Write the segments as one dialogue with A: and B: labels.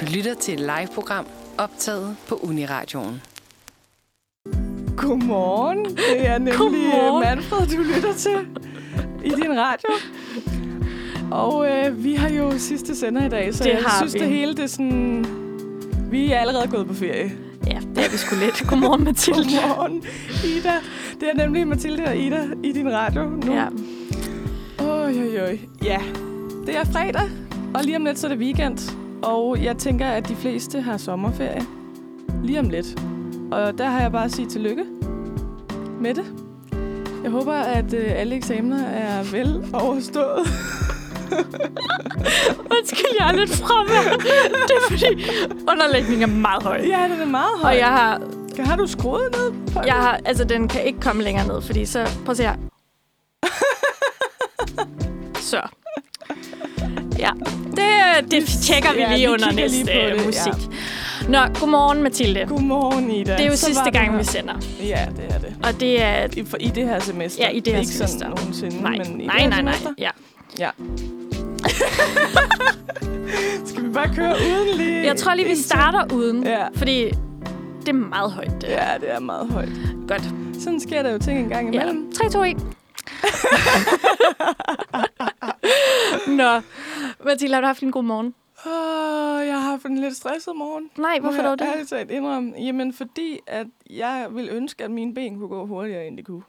A: Du lytter til et live-program optaget på Uniradioen.
B: Godmorgen. Det er nemlig øh,
C: Godmorgen.
B: Manfred, du lytter til i din radio. Og øh, vi har jo sidste sender i dag, så
C: Det
B: jeg
C: har
B: synes,
C: vi.
B: det hele det er sådan... Vi er allerede gået på ferie.
C: Ja, det er vi sgu lidt. Godmorgen, Mathilde.
B: Godmorgen, Ida. Det er nemlig Mathilde og Ida i din radio nu.
C: Ja,
B: Oj, oj, oj. Ja, det er fredag, og lige om lidt så er det weekend. Og jeg tænker, at de fleste har sommerferie lige om lidt. Og der har jeg bare at sige tillykke med det. Jeg håber, at øh, alle eksamener er vel overstået.
C: undskyld, jeg er lidt fravær. Det er fordi, underlægningen er meget høj.
B: ja, den er meget høj.
C: Og jeg har,
B: Har du skruet ned på
C: jeg har, altså den kan ikke komme længere ned, fordi så, prøv at se her. Så. Ja, det, øh, det tjekker vi
B: Ja,
C: lige
B: vi
C: under
B: kigger
C: næste
B: lige på
C: øh,
B: det, ja.
C: musik. Nå, godmorgen Mathilde.
B: Godmorgen, Ida.
C: Det er jo
B: Så
C: sidste
B: var den
C: gang,
B: her.
C: vi sender.
B: Ja, det er det.
C: Og det er...
B: I, for, I det her semester.
C: Ja, i det her
B: ikke
C: semester.
B: Ikke sådan nogensinde,
C: Nej,
B: men i
C: nej,
B: det her
C: nej, nej.
B: semester.
C: Ja.
B: Ja. Skal vi bare køre uden lige?
C: Jeg tror lige, vi
B: en ting?
C: starter uden,
B: Ja.
C: fordi det er meget højt. det.
B: Ja, det er meget højt.
C: Godt.
B: Sådan sker der jo ting en gang
C: Ja.
B: imellem.
C: 3, 2, 1. Nå, Mathilde, har du haft en god morgen?
B: Åh, jeg har haft en lidt stresset morgen.
C: Nej, hvorfor
B: Må
C: dog det?
B: Jeg ærligt talt indrømme. Jamen, fordi at jeg ville ønske, at mine ben kunne gå hurtigere, end de kunne.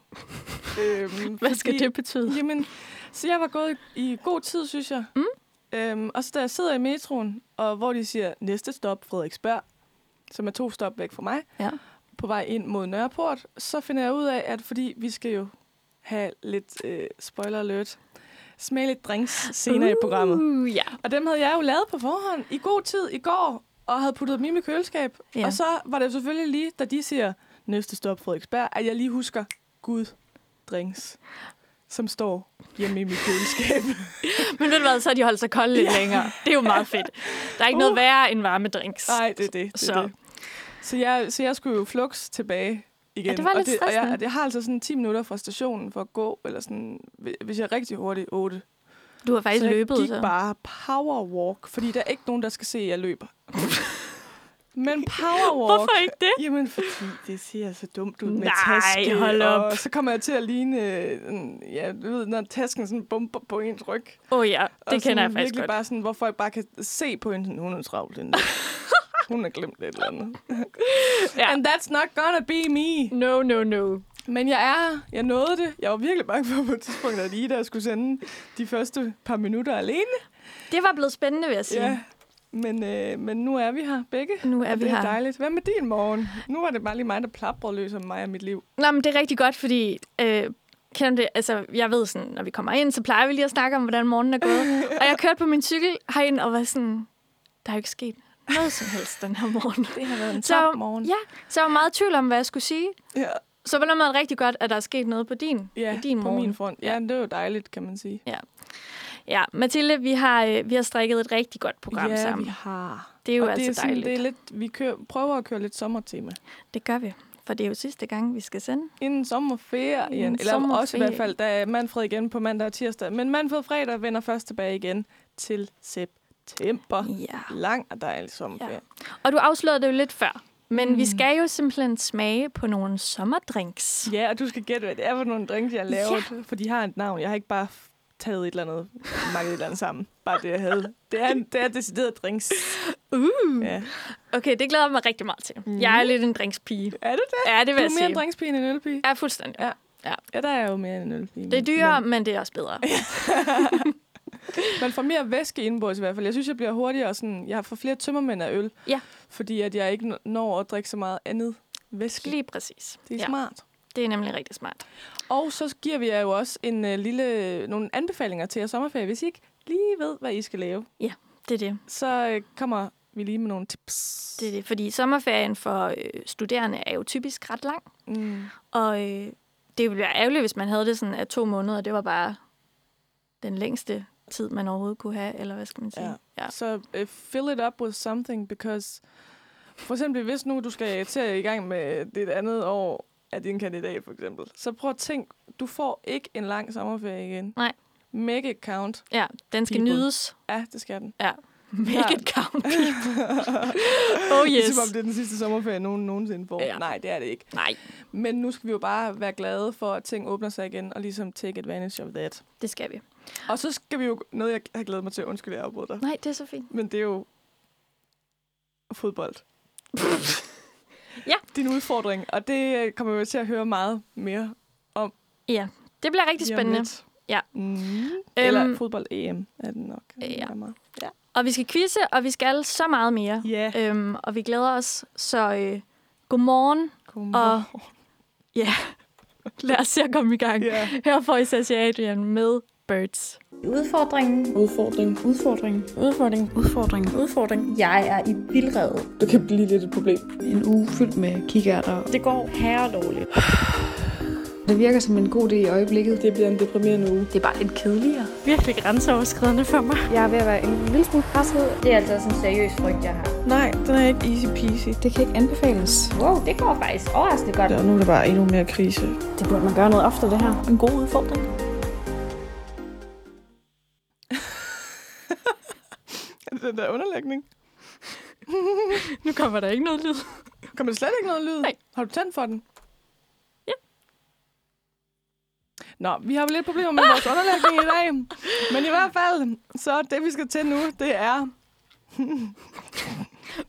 B: øhm,
C: Hvad skal det betyde?
B: Jamen, så jeg var gået i god tid, synes jeg.
C: Mm.
B: Øhm, og så da jeg sidder i metroen, og hvor de siger, næste stop, Frederiksberg, som er to stop væk fra mig,
C: Ja.
B: på vej ind mod Nørreport, så finder jeg ud af, at fordi vi skal jo have lidt øh, spoiler alert, smage lidt drinks senere uh. i programmet.
C: Uh, ja.
B: Og dem havde jeg jo lavet på forhånd i god tid i går, og havde puttet dem i mit køleskab.
C: Ja.
B: Og så var det jo selvfølgelig lige, da de siger, næste stop Frederiksberg, at jeg lige husker, gud, drinks, som står hjemme i mit køleskab.
C: Men ved du hvad, så har de holdt sig kolde lidt
B: Ja.
C: længere. Det er jo meget fedt. Der er ikke noget
B: Uh.
C: værre end varme drinks.
B: Nej, det er det. det, er
C: Så.
B: det. så, jeg, så jeg skulle jo flux tilbage igen.
C: Ja, det var
B: og
C: lidt
B: det, og jeg,
C: stressende.
B: og jeg har altså sådan 10 minutter fra stationen for at gå, eller sådan, hvi- hvis jeg er rigtig hurtig, 8.
C: Du har faktisk
B: så jeg
C: løbet,
B: gik
C: så.
B: bare power walk, fordi der er ikke nogen, der skal se, at jeg løber. Men power walk.
C: Hvorfor ikke det?
B: Jamen, fordi det ser så dumt ud med
C: Nej,
B: taske.
C: hold op.
B: Og så kommer jeg til at ligne, øh, en- ja, du ved, når tasken sådan bumper på ens ryg.
C: Åh oh, ja,
B: Og
C: det
B: sådan
C: kender jeg faktisk
B: virkelig
C: godt.
B: bare sådan, hvor folk bare kan se på hende, sådan, hun er travlt. hende der. hun har glemt et eller andet.
C: Ja.
B: And that's not gonna be me.
C: No, no, no.
B: Men jeg er her. Jeg nåede det. Jeg var virkelig bange for på et tidspunkt, at Ida skulle sende de første par minutter alene.
C: Det var blevet spændende, vil jeg sige.
B: Ja. Men, øh, men nu er vi her begge.
C: Nu er
B: og
C: vi
B: det
C: her.
B: er dejligt. Hvad med din morgen? Nu var det bare lige mig, der plaprede løs om mig og mit liv.
C: Nå, men det er rigtig godt, fordi... Øh, kender du det? Altså, jeg ved sådan, når vi kommer ind, så plejer vi lige at snakke om, hvordan morgenen er gået. og jeg kørte på min cykel herind og var sådan, der er jo ikke sket noget som helst den her morgen.
B: Det har været en
C: Så-
B: top morgen.
C: Ja, så jeg var meget i tvivl om, hvad jeg skulle sige.
B: Ja,
C: Så på den måde er det rigtig godt, at der er sket noget på din,
B: ja
C: i din
B: på
C: morgen.
B: min front. Ja, det er jo dejligt, kan man sige.
C: Ja, Mathilde, vi har, øh, vi har strikket et rigtig godt program
B: ja,
C: sammen.
B: vi har.
C: Det er jo
B: og
C: altså
B: det er sådan,
C: dejligt.
B: Det er
C: Det...
B: lidt, vi kører, prøver at køre lidt sommertema.
C: det gør vi, for det er jo sidste gang, vi skal sende.
B: Inden sommerferien,
C: Inden
B: Inden eller sommerferie. også i
C: sommerferie.
B: hvert fald, der er Manfred igen på mandag og tirsdag. Men Manfred fredag vender først tilbage igen til september.
C: Ja.
B: Lang og dejlig sommerferie.
C: Og du afslørede det jo lidt før. Men mm. vi skal jo simpelthen smage på nogle sommerdrinks.
B: Ja. ja, og du skal gætte, hvad det er for nogle drinks, jeg har lavet. Ja. For de har et navn. Jeg har ikke bare f- taget et eller andet, makket et eller andet sammen. Bare det, jeg havde. Det er, det er decideret drinks.
C: Uh.
B: Ja.
C: Okay, det glæder jeg mig rigtig meget til. Mm. Jeg er lidt en drinkspige.
B: Er det det?
C: Ja, det vil
B: Mhm. Du
C: jeg
B: er mere en
C: sige.
B: drinkspige end en ølpige.
C: Ja, fuldstændig.
B: Ja. Ja, der er jo mere end en ølpige.
C: Det er
B: men-
C: dyrere, men... men det er også bedre.
B: Man får mere væske indbords i hvert fald. Jeg synes, jeg bliver hurtigere. og Sådan, jeg får flere tømmermænd af øl.
C: Ja.
B: Fordi at jeg ikke n- når at drikke så meget andet væske.
C: Lige præcis.
B: Det er ja.
C: ja,
B: smart.
C: det er nemlig rigtig smart.
B: Og så giver vi jer jo også en øh, lille, nogle anbefalinger til jeres sommerferie. Hvis I ikke lige ved, hvad I skal lave,
C: Det er det.
B: så øh, kommer vi lige med nogle tips.
C: det, er det. Fordi sommerferien for øh, studerende er jo typisk ret lang.
B: Mm.
C: Og øh, det ville være ærgerligt, hvis man havde det sådan, at to måneder, det var bare den længste tid, man overhovedet kunne have, eller hvad skal man sige? Ja.
B: Så uh, fill it up with something, because for eksempel hvis nu du skal til at i gang med dit andet år af din kandidat, for eksempel, så prøv at tænk, du får ikke en lang sommerferie igen.
C: Nej.
B: Make it count.
C: ja den skal
B: People.
C: nydes.
B: Ja, det skal den.
C: Ja. Make
B: Ja.
C: it count, people. oh
B: Det er
C: yes.
B: som om det er den sidste sommerferie, nogen nogensinde får.
C: Ja.
B: Ja. Nej, det er det ikke.
C: Nej,
B: Men nu skal vi jo bare være glade for, at ting åbner sig igen, og ligesom take advantage of that.
C: det skal vi.
B: Og så skal vi jo... Noget, jeg har glædet mig til. Undskyld, jeg afbryder dig.
C: Nej, det er så fint.
B: Men det er jo... Fodbold.
C: Ja.
B: Din udfordring. Og det øh, kommer vi til at høre meget mere
C: Ja, det bliver rigtig
B: lige om
C: spændende.
B: lidt.
C: Ja.
B: Mm. Eller
C: Øhm,
B: fodbold-EM er den nok.
C: Ja.
B: Der er meget.
C: Og vi skal quizze, og vi skal så meget mere.
B: Ja.
C: Øhm, og vi glæder os, så øh, godmorgen.
B: Godmorgen.
C: Lad os se at komme i gang.
B: Ja.
C: Her får I Sasha Adrian med Birds.
D: Udfordringen.
E: Udfordring. Udfordring. Udfordring. Udfordring. Udfordring.
D: Jeg er i vildrede.
E: Det kan blive lidt et problem.
F: En uge fyldt med kikærter.
D: Det går herre dårligt.
F: Det virker som en god idé i øjeblikket.
E: Det bliver en deprimerende uge.
F: Det er bare lidt kedeligere.
C: Virkelig grænseoverskridende for mig.
F: Jeg er ved at være en lille smule presset.
D: Det er altså sådan en seriøs frygt, jeg har.
E: Nej, den er ikke easy peasy.
F: Det kan ikke anbefales.
D: Wow, det går faktisk overraskende godt.
E: Og nu er der bare endnu mere krise.
F: Det burde man gøre noget ofte, det her. En god udfordring.
B: Den der underlægning.
C: Nu kommer der ikke noget lyd.
B: Kommer det slet ikke noget lyd?
C: Nej.
B: Har du tændt for den?
C: Ja.
B: Nå, vi har jo lidt problemer med vores underlægning i dag. Men i hvert fald, så det vi skal til nu, det er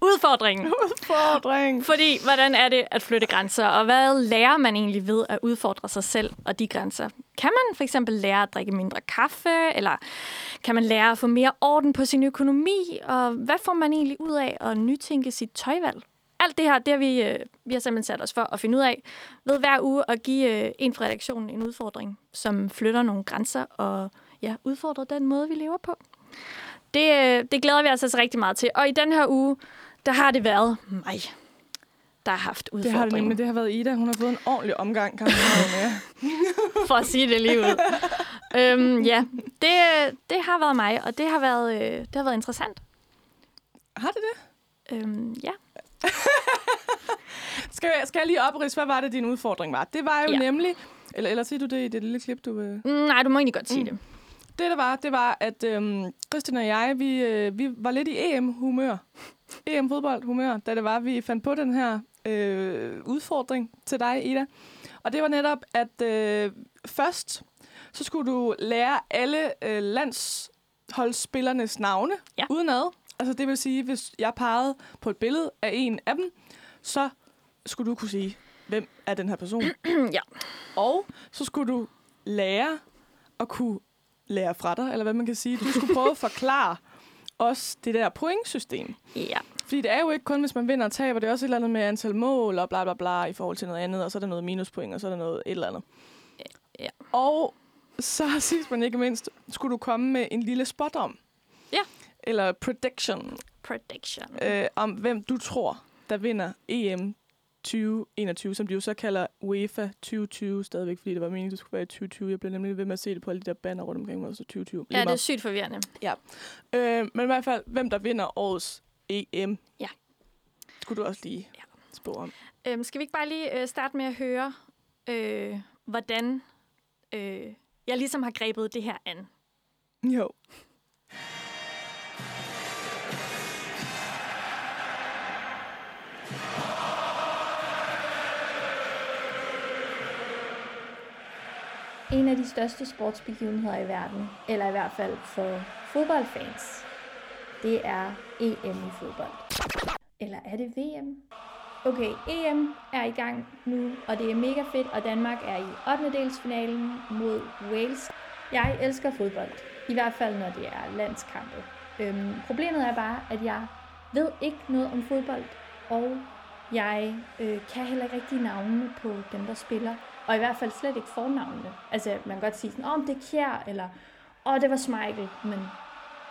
C: Udfordringen.
B: udfordring.
C: Fordi, hvordan er det at flytte grænser, og hvad lærer man egentlig ved at udfordre sig selv og de grænser? Kan man for eksempel lære at drikke mindre kaffe, eller kan man lære at få mere orden på sin økonomi, og hvad får man egentlig ud af at nytænke sit tøjvalg? Alt det her, det har vi, øh, vi har simpelthen sat os for at finde ud af ved hver uge at give øh, en fra redaktionen en udfordring, som flytter nogle grænser og ja, udfordrer den måde, vi lever på. Det, øh, det glæder vi os altså rigtig meget til. Og i den her uge, der har det været mig, der har haft
B: Det har det nemlig.
C: udfordringen.
B: Det har været Ida. Hun har fået en ordentlig omgang. Kan man sige med.
C: For at sige det lige ud. øhm, ja, det, øh, det har været mig, og det har været, øh, det har været interessant.
B: Har det det?
C: Øhm, ja.
B: Skal jeg, skal jeg lige oprids, hvad var det, din udfordring var? Det var jo
C: Ja.
B: ja. nemlig... Eller, eller siger du det i det lille klip, du... Øh
C: Mm, Nej, du må egentlig godt sige
B: Mm.
C: mm. det.
B: Det, der var, det var, at øhm, Christian og jeg, vi, øh, vi var lidt i EM-humør. EM-fodbold-humør, da det var, vi fandt på den her øh, udfordring til dig, Ida. Og det var netop, at øh, først, så skulle du lære alle øh, landsholdsspillernes navne
C: Ja.
B: udenad. Altså det vil sige, hvis jeg pegede på et billede af en af dem, så skulle du kunne sige, hvem er den her person?
C: ja.
B: Og så skulle du lære at kunne lære fra dig, eller hvad man kan sige. Du skulle prøve at forklare os det der pointsystem.
C: Ja.
B: Fordi det er jo ikke kun, hvis man vinder og taber, det er også et eller andet med antal mål og bla bla bla i forhold til noget andet, og så er der noget minuspoint, og så er der noget et eller andet.
C: Ja.
B: Og så sidst men ikke mindst, skulle du komme med en lille spådom.
C: Ja.
B: Eller prediction
C: Prediction.
B: øh, om, hvem du tror, der vinder E EM 2021, som de jo så kalder UEFA 2020 stadigvæk, fordi det var meningen, det skulle være i 2020. Jeg blev nemlig ved med at se det på alle de der banner rundt omkring, hvor der så 2020.
C: Ja,
B: Lige
C: det er
B: meget.
C: sygt forvirrende.
B: Øh, men i hvert fald, hvem der vinder årets EM.
C: Ja.
B: Skulle du også lige
C: Ja.
B: ja. spå om.
C: Øhm, skal vi ikke bare lige øh, starte med at høre, øh, hvordan øh, jeg ligesom har grebet det her an?
B: Jo.
G: en af de største sportsbegivenheder i verden, eller i hvert fald for fodboldfans, det er EM i fodbold. Eller er det VM? Okay, EM er i gang nu, og det er mega fedt, og Danmark er i 8. delsfinalen mod Wales. Jeg elsker fodbold, i hvert fald når det er landskampe. Øhm, problemet er bare, at jeg ved ikke noget om fodbold, og jeg øh, kan heller ikke rigtig navnene på dem, der spiller. Og i hvert fald slet ikke fornavnene. Altså, man kan godt sige sådan, åh, oh, det er Kjær, eller åh, oh, det var Smeichel, men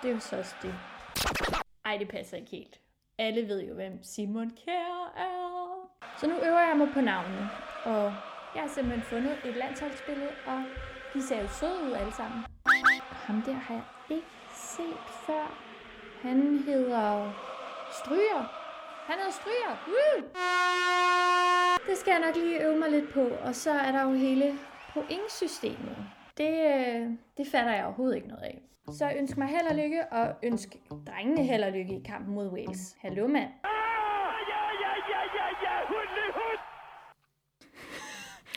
G: det er jo så også det. Ej, det passer ikke helt. Alle ved jo, hvem Simon Kjær er. Så nu øver jeg mig på navnene, og jeg har simpelthen fundet et landsholdsbillede, og de ser jo søde ud alle sammen. Ham der har jeg ikke set før. Han hedder Stryger. Han hedder Stryger. Woo! Det skal jeg nok lige øve mig lidt på. Og så er der jo hele pointsystemet. Det, øh, det fatter jeg overhovedet ikke noget af. Så ønsk mig held og lykke, og ønsk drengene held og lykke i kampen mod Wales. Hallo mand.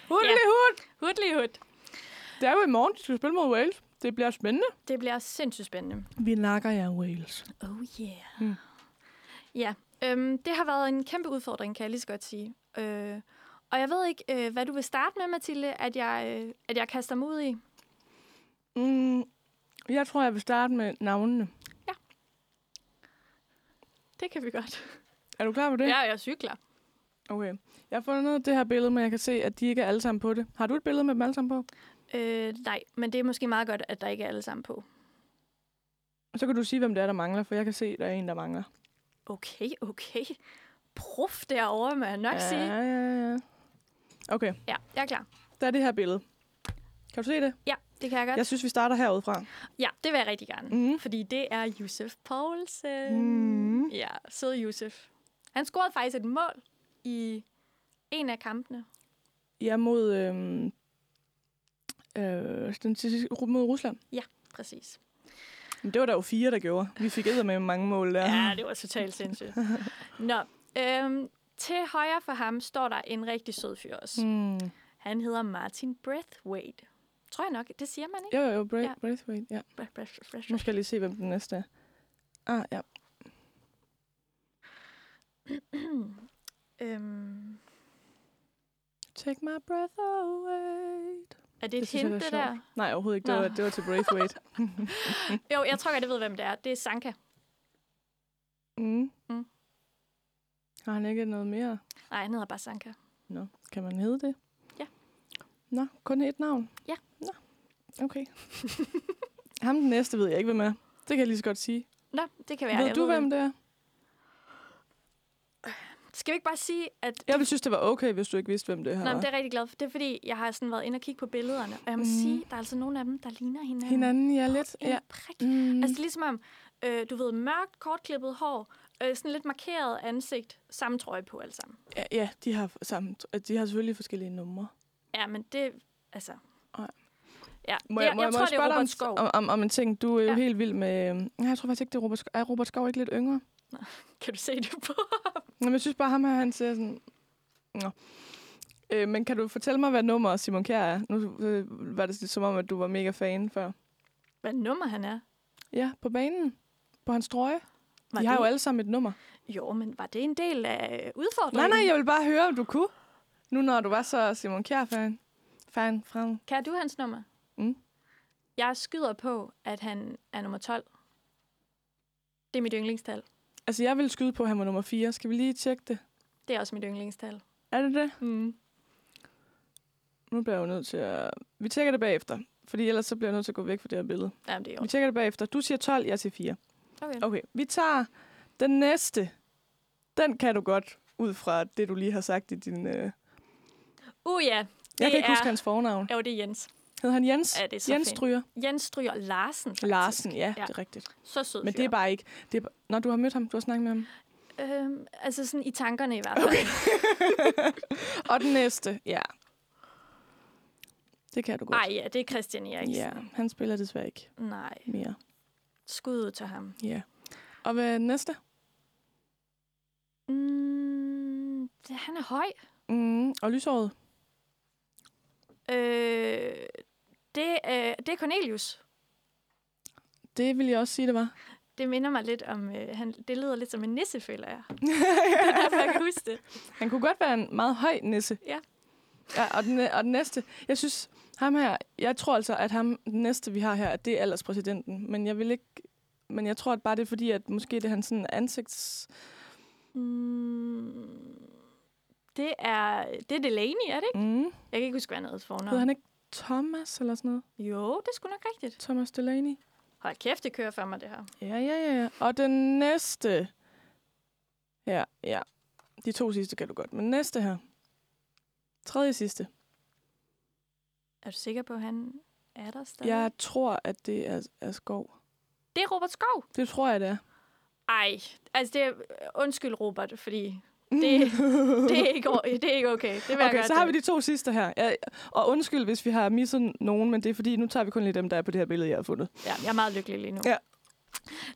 B: Hudlihud!
C: Hurtlig hud.
B: Det er jo i morgen, de skal spille mod Wales. Det bliver spændende.
C: Det bliver sindssygt spændende.
B: Vi nakker jer Wales.
C: Oh yeah. Mm. Ja, øhm, det har været en kæmpe udfordring, kan jeg lige så godt sige. Øh, og jeg ved ikke, øh, hvad du vil starte med, Mathilde, at jeg, øh, at jeg kaster mig ud i.
B: Mm, jeg tror, jeg vil starte med navnene.
C: Det kan vi godt.
B: Er du klar på det?
C: Ja, jeg cykler.
B: Okay. Jeg har fundet det her billede, men jeg kan se, at de ikke er alle sammen på det. Har du et billede med dem alle sammen på?
C: Øh, nej, men det er måske meget godt, at der ikke er alle sammen på.
B: Og så kan du sige, hvem det er, der mangler, for jeg kan se, at der er en, der mangler.
C: Okay, okay. Prof derovre, må jeg nok ja. sige.
B: ja, ja, ja. Okay,
C: Ja, jeg er klar.
B: der er det her billede. Kan du se det?
C: Ja, det kan jeg godt.
B: Jeg synes, vi starter herudfra.
C: Ja, det vil jeg rigtig gerne.
B: Mhm.
C: Mm. Fordi det er Josef Poulsen.
B: Mhm.
C: Ja, sød Josef. Han scorede faktisk et mål i en af kampene.
B: Ja, mod, øhm, øh, den sidste, mod Rusland.
C: Præcis.
B: Men det var der jo fire, der gjorde. Vi fik æder med mange mål der.
C: Ja, det var totalt sindssygt. Nå, øhm, til højre for ham står der en rigtig sød fyr også. Mm.
B: Mm.
C: Han hedder Martin Breathwaite. Tror jeg nok, det siger man ikke?
B: Jo, jo, Bra-
C: Ja.
B: ja. Braithwaite, ja.
C: Breath, breath, breath.
B: Nu skal jeg lige se, hvem den næste er. Ah, ja.
C: Øhm,
B: Take my breath away.
C: er det et
B: synes jeg,
C: hint, det
B: det er
C: der?
B: sjovt. Nej, overhovedet ikke. Det
C: Nå.
B: var, det var til Braithwaite.
C: Jo, jeg tror godt, jeg ved, hvem det er. Det er Sanka.
B: Mm.
C: Mm.
B: Har han ikke noget mere?
C: Nej, han hedder bare Sanka.
B: Nå, kan man hedde det?
C: Ja.
B: Nå, kun et navn?
C: Ja.
B: Nå, okay. Ham den næste ved jeg ikke, hvem er. Det kan jeg lige så godt sige.
C: Nå, det kan være.
B: Ja, ved
C: jeg
B: du, hvem det er?
C: Skal vi ikke bare sige, at...
B: Jeg ville synes, det var okay, hvis du ikke vidste, hvem det her
C: Nå, men
B: var.
C: det er jeg rigtig glad for. Det er fordi, jeg har sådan været inde og kigge på billederne, og jeg må mm.
B: Mhm.
C: sige, der er altså nogle af dem, der ligner hinanden.
B: Hinanden, ja, lidt.
C: En
B: Ja.
C: prik.
B: Mm.
C: Altså ligesom om, øh, du ved, mørkt, kortklippet hår, øh, sådan lidt markeret ansigt, samme trøje på alle sammen.
B: Ja, ja, de har, f- sammen, de har selvfølgelig forskellige numre.
C: Ja, men det, altså...
B: Nej.
C: Ja,
B: Må
C: jeg,
B: jeg, må jeg,
C: jeg,
B: må
C: tror,
B: jeg
C: det er
B: spørge
C: Robert
B: dig
C: Skov.
B: om, om, om, om en ting? Du er jo
C: Ja.
B: ja. helt vild med... øhm, Nej, jeg tror faktisk ikke, det er Robert Skov. Er Robert Skov ikke lidt yngre?
C: Kan du se det på?
B: Nå, men jeg synes bare, ham her, han ser sådan... Nå. Øh, men kan du fortælle mig, hvad nummer Simon Kjær er? Nu øh, var det lidt som om, at du var mega fan før.
C: Hvad nummer han er?
B: Ja, på banen. På hans trøje.
C: Var
B: De har
C: det,
B: jo alle sammen et nummer.
C: jo, men var det en del af øh, udfordringen?
B: Nej, nej, jeg vil bare høre, om du kunne. Nu når du var så Simon Kjær-fan. Fan, frem.
C: Kan du hans nummer?
B: Mm.
C: Jeg skyder på, at han er nummer 12. Det er mit yndlingstal.
B: Altså, jeg ville skyde på, at han var nummer 4. Skal vi lige tjekke det?
C: Det er også mit yndlingstal.
B: Er det det?
C: Mm.
B: Nu bliver jeg jo nødt til at... Vi tjekker det bagefter. Fordi ellers så bliver jeg nødt til at gå væk fra det her billede.
C: Jamen, det er
B: Vi
C: jo.
B: tjekker det bagefter. Du siger 12, jeg siger 4.
C: Okay.
B: Okay, vi tager den næste. Den kan du godt, ud fra det, du lige har sagt i din... Øh... Jeg
C: Uh ja,
B: kan ikke
C: er-
B: huske hans fornavn.
C: jo, det er Jens.
B: Hed han Jens?
C: Ja, det er så
B: Jens
C: fint.
B: Stryger.
C: Jens Stryger Larsen. Faktisk.
B: Larsen, ja,
C: Ja.
B: ja, det er rigtigt.
C: Så sød
B: Men det er bare ikke... Det er... ba- Nå, du har mødt ham, du har snakket med ham.
C: bare... Øhm, altså sådan i tankerne i hvert fald. Okay.
B: Og den næste, ja. Det kan du godt.
C: Nej, ja, det er Christian Eriksen.
B: Ja, han spiller desværre ikke
C: Nej,
B: mere.
C: skud ud til ham.
B: Ja. Og hvad er den næste?
C: Mm, det- han er høj.
B: Mm, og lysåret.
C: Øh, det, øh, det er Cornelius.
B: Det vil jeg også sige, det var.
C: Det minder mig lidt om... Øh, han, det lyder lidt som en nisse, føler jeg. det er derfor, jeg kan huske det.
B: Han kunne godt være en meget høj nisse.
C: Ja.
B: ja og, den, og den næste, jeg synes, ham her, jeg tror altså, at ham, den næste, vi har her, at det er alderspræsidenten. Men jeg vil ikke, men jeg tror at bare, det er fordi, at måske det er hans sådan ansigts...
C: Mm, det er... Det er Delaney, er det ikke?
B: Mm.
C: Jeg kan ikke huske, hvad han hedder fornavn.
B: Hed han ikke Thomas eller sådan noget?
C: Jo, det er sgu nok rigtigt.
B: Thomas Delaney?
C: Hold kæft, det kører for mig, det her.
B: Ja, ja, ja, ja. Og den næste... Ja, ja. De to sidste kan du godt. Men næste her. Tredje sidste.
C: Er du sikker på, at han er der stadig?
B: Jeg tror, at det er, er skov.
C: Det er Robert Skov.
B: Det tror jeg, det er.
C: Ej, altså det er, undskyld Robert, fordi Det, det, er, ikke, o- det er ikke okay. Det vil jeg
B: Okay,
C: godt
B: så har
C: dele.
B: vi de to sidste her. Ja, og undskyld, hvis vi har misset nogen, men det er fordi, nu tager vi kun lige dem, der er på det her billede, jeg har fundet.
C: Ja, jeg er meget lykkelig lige nu.
B: Ja.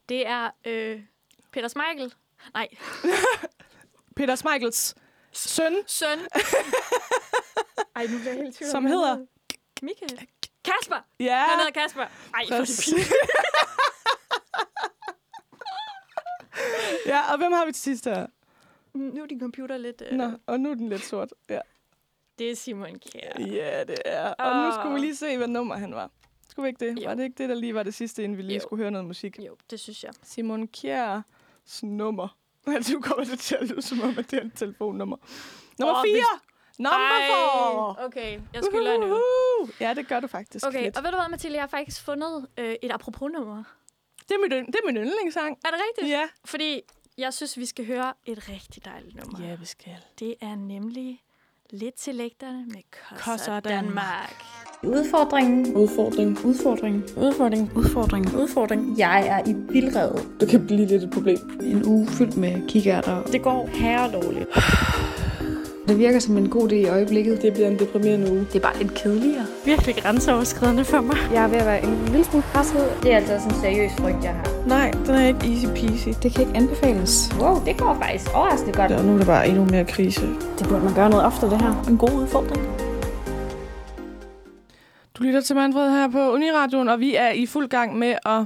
C: Det er øh, Peter Smeichel. Nej,
B: Peter Smeichels søn,
C: søn. Ej, nu bliver jeg helt i tvivl.
B: som
C: om, hvad
B: hedder...
C: han hedder. Michael. Kasper.
B: Ja,
C: Han hedder Kasper. Ej, for det
B: præcis. ja, og hvem har vi til sidst her?
C: pinligt. Nu er din computer lidt... Øh,
B: Nå, og nu er den lidt sort. Ja,
C: Det er Simon Kjær.
B: ja det er. Og nu
C: Åh.
B: skulle vi lige se, hvad nummer han var. Skulle vi ikke det?
C: Jo.
B: Var det ikke det, der lige var det sidste, inden vi lige
C: Jo.
B: skulle høre noget musik?
C: Jo, det synes jeg.
B: Simon Kjærs nummer. Altså, nu kommer det til at lyde som om, at det er et telefonnummer. Nummer
C: Åh,
B: 4!
C: hvis-
B: Nummer
C: Ej,
B: 4!
C: Okay, jeg skylder nu.
B: Ja, det gør du faktisk okay,
C: Okay,
B: lidt.
C: og ved du hvad, Mathilde? Jeg har faktisk fundet øh, et apropos-nummer.
B: Det er, mit, ynd- det er min yndlingssang.
C: Er det rigtigt?
B: Ja.
C: Fordi jeg synes, vi skal høre et rigtig dejligt nummer.
B: vi skal.
C: Det er nemlig Lidt til lægterne med
B: Kosser
C: Kosser Danmark.
D: Udfordringen.
E: Udfordring. Udfordring. Udfordring. Udfordring. Udfordring.
D: Jeg er i vildrede.
E: Det kan blive lidt et problem.
F: En uge fyldt med kikærter.
D: Det går herredårligt.
F: Det virker som en god idé i øjeblikket.
E: Det bliver en deprimerende uge.
F: Det er bare lidt kedeligere.
C: Virkelig grænseoverskridende for mig.
F: Jeg er ved at være en lille smule presset.
D: Det er altså også en seriøs frygt, jeg har.
E: Nej, den er ikke easy peasy.
F: Det kan ikke anbefales.
D: Wow, det går faktisk overraskende godt.
E: Og nu er der bare endnu mere krise.
F: Det burde man gøre noget oftere, det her. En god udfordring.
B: Du lytter til Manfred her på Uniradioen, og vi er i fuld gang med at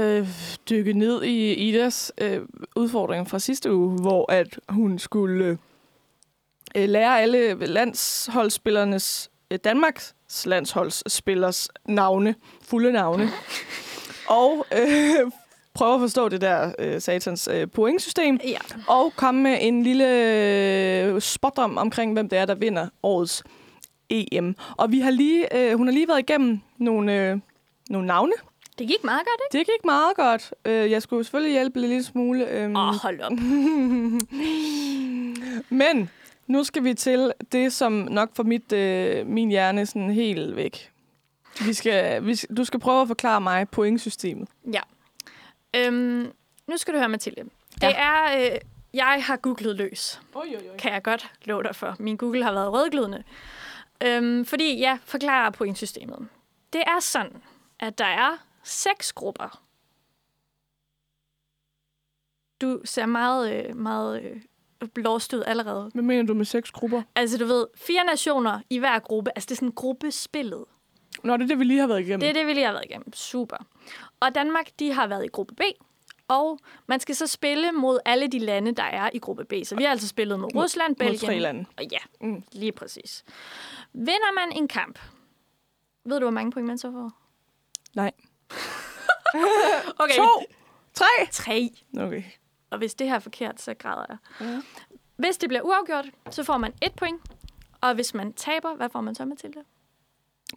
B: øh, dykke ned i Idas øh, udfordring fra sidste uge, hvor at hun skulle øh, lære alle landsholdsspillernes, øh, Danmarks landsholdsspillers navne, fulde navne, og øh, prøve at forstå det der øh, satans øh, pointsystem,
C: Ja.
B: og komme med en lille øh, spådom omkring, hvem det er, der vinder årets EM. E Og vi har lige, øh, hun har lige været igennem nogle, øh, nogle navne.
C: Det gik meget godt, ikke?
B: Det gik meget godt. Øh, jeg skulle selvfølgelig hjælpe lidt lille smule. Øh,
C: Åh, oh, hold op.
B: Men nu skal vi til det, som nok får mit, øh, min hjerne sådan helt væk. Vi skal, vi, du skal prøve at forklare mig pointsystemet.
C: Ja. Øhm, nu skal du høre, Mathilde. Det ja. er... Øh, jeg har googlet løs.
B: Oj, oj, oj.
C: Kan jeg godt love dig for. Min Google har været rødglødende. Øhm, fordi jeg forklarer pointsystemet. Det er sådan, at der er seks grupper. Du ser meget, øh, meget øh, blåst ud allerede.
B: Hvad mener du med seks grupper?
C: Altså, du ved, fire nationer i hver gruppe. Altså, det er sådan gruppespillet.
B: Nå, det er det, vi lige har været igennem.
C: Det er det, vi lige har været igennem. Super. Og Danmark, de har været i gruppe B. Og man skal så spille mod alle de lande, der er i gruppe B. Så vi har altså spillet mod Rusland,
B: Mod tre
C: Belgien.
B: lande.
C: Og ja,
B: Mm.
C: mm. lige præcis. Vinder man en kamp, ved du, hvor mange point man så får?
B: Nej.
C: Okay.
B: To! Tre!
C: Tre.
B: Okay.
C: Og hvis det her er forkert, så græder jeg. Ja. Hvis det bliver uafgjort, så får man et point. Og hvis man taber, hvad får man så, Mathilde?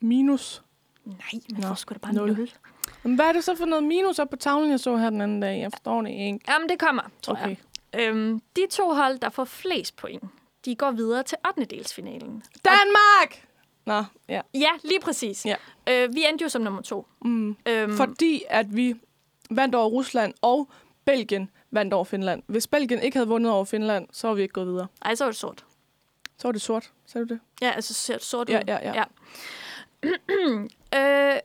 B: Minus.
C: Nej,
B: Nå,
C: man Nå, får sgu da bare
B: nul.
C: 0. 0.
B: Men hvad er det så for noget minus op på tavlen, jeg så her den anden dag? Jeg forstår det ikke.
C: Jamen, det kommer, tror
B: Okay.
C: okay. jeg. Øhm, de to hold, der får flest point, de går videre til 8. delsfinalen.
B: Danmark! Nå, ja.
C: Ja, lige præcis.
B: Ja.
C: Øh, vi endte jo som nummer to.
B: Mm.
C: Øhm,
B: Fordi at vi vandt over Rusland, og Belgien vandt over Finland. Hvis Belgien ikke havde vundet over Finland, så var vi ikke gået videre.
C: Ej, så var det sort.
B: Så var det sort. Sagde du det?
C: Ja, altså ser det sort ud.
B: Ja, ja, ja.
C: ja. øh,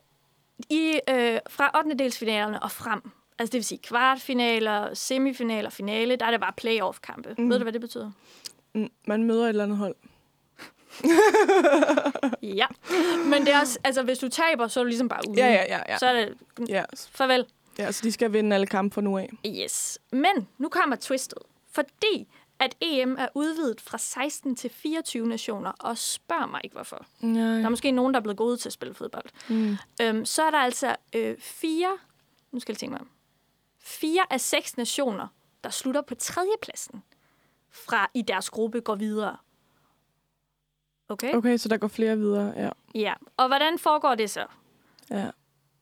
C: i, øh, fra 8. delsfinalerne og frem, altså det vil sige kvartfinaler, semifinaler, finale, der er det bare playoff-kampe. Mm. Ved du, hvad det betyder?
B: Mm. Man møder et eller andet hold.
C: Ja. Men det er også, altså hvis du taber, så er du ligesom bare ude.
B: Ja, ja, ja. ja.
C: Så er det,
B: Ja,
C: farvel.
B: ja, så de skal vinde alle kampe fra nu af.
C: Yes. Men nu kommer twistet. Fordi at EM er udvidet fra 16 til 24 nationer, og spørg mig ikke hvorfor. Der er
B: Nej.
C: måske nogen, der er blevet gode til at spille fodbold.
B: Mm.
C: Øhm, så er der altså øh, fire, nu skal jeg tænke mig om, fire af seks nationer, der slutter på tredjepladsen fra i deres gruppe går videre. Okay? okay.
B: Okay, så der går flere videre. Ja.
C: Ja. Og hvordan foregår det så?
B: ja.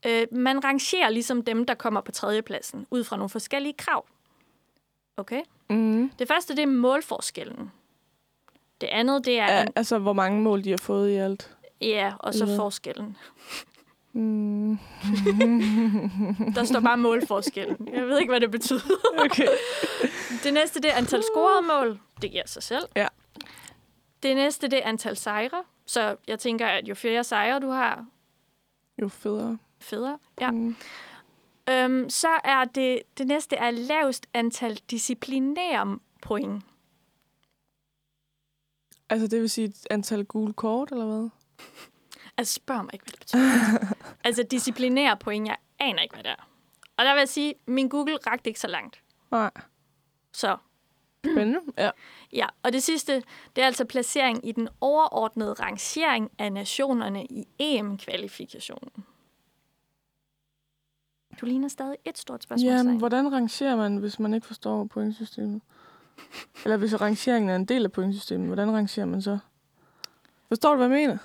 C: Øh, man rangerer ligesom dem, der kommer på tredjepladsen, ud fra nogle forskellige krav. Okay?
B: Mm.
C: Det første, det er målforskellen. Det andet, det er...
B: Ja,
C: en-
B: altså, hvor mange mål de har fået i alt.
C: Ja, og så
B: Eller-
C: forskellen.
B: Mm,
C: Der står bare målforskellen. Jeg ved ikke, hvad det betyder.
B: okay.
C: Det næste, det er antal scoremål. Det giver sig selv.
B: Ja.
C: Det næste, det er antal sejre. Så jeg tænker, at jo flere sejre du har,
B: Jo federe.
C: federe. Ja.
B: Mm.
C: Øhm, så er det, det næste er lavest antal disciplinære point.
B: Altså, det vil sige et antal gule kort, eller hvad?
C: Altså, spørg mig ikke, hvad det betyder. altså, disciplinære point, jeg aner ikke, hvad det er. Og der vil jeg sige, min Google rakte ikke så langt.
B: Nej.
C: Så
B: Spændende. Ja.
C: ja, og det sidste, det er altså placering i den overordnede rangering af nationerne i EM-kvalifikationen. Du ligner stadig et stort spørgsmålstegn.
B: Jamen, hvordan rangerer man, hvis man ikke forstår pointsystemet? Eller hvis rangeringen er en del af pointsystemet, hvordan rangerer man så? Forstår du, hvad jeg mener?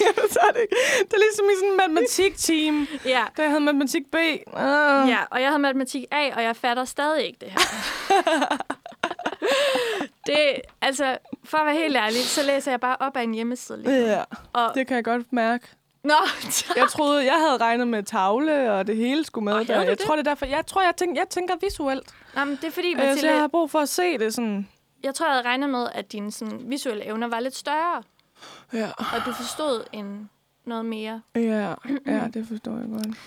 B: jeg forstår det ikke. Det er ligesom i sådan en matematik-team.
C: Ja,
B: Der havde matematik B. Ah.
C: ja, og jeg havde matematik A, og jeg fatter stadig ikke det her. det, altså, for at være helt ærlig, så læser jeg bare op af en hjemmeside lige nu.
B: ja,
C: Og,
B: det kan jeg godt mærke.
C: Nå, tak.
B: Jeg troede, jeg havde regnet med tavle, og det hele skulle med.
C: Ej,
B: der.
C: havde du
B: Jeg
C: det?
B: tror, det er derfor. Jeg tror, jeg tænker, jeg tænker visuelt.
C: Nå, men det er fordi,
B: Øh, så jeg har
C: Mathilde,
B: brug for at se det sådan.
C: jeg tror, jeg havde regnet med, at dine sådan, visuelle evner var lidt større,
B: Ja,
C: og du forstod en, noget mere.
B: ja, ja, det forstår jeg godt.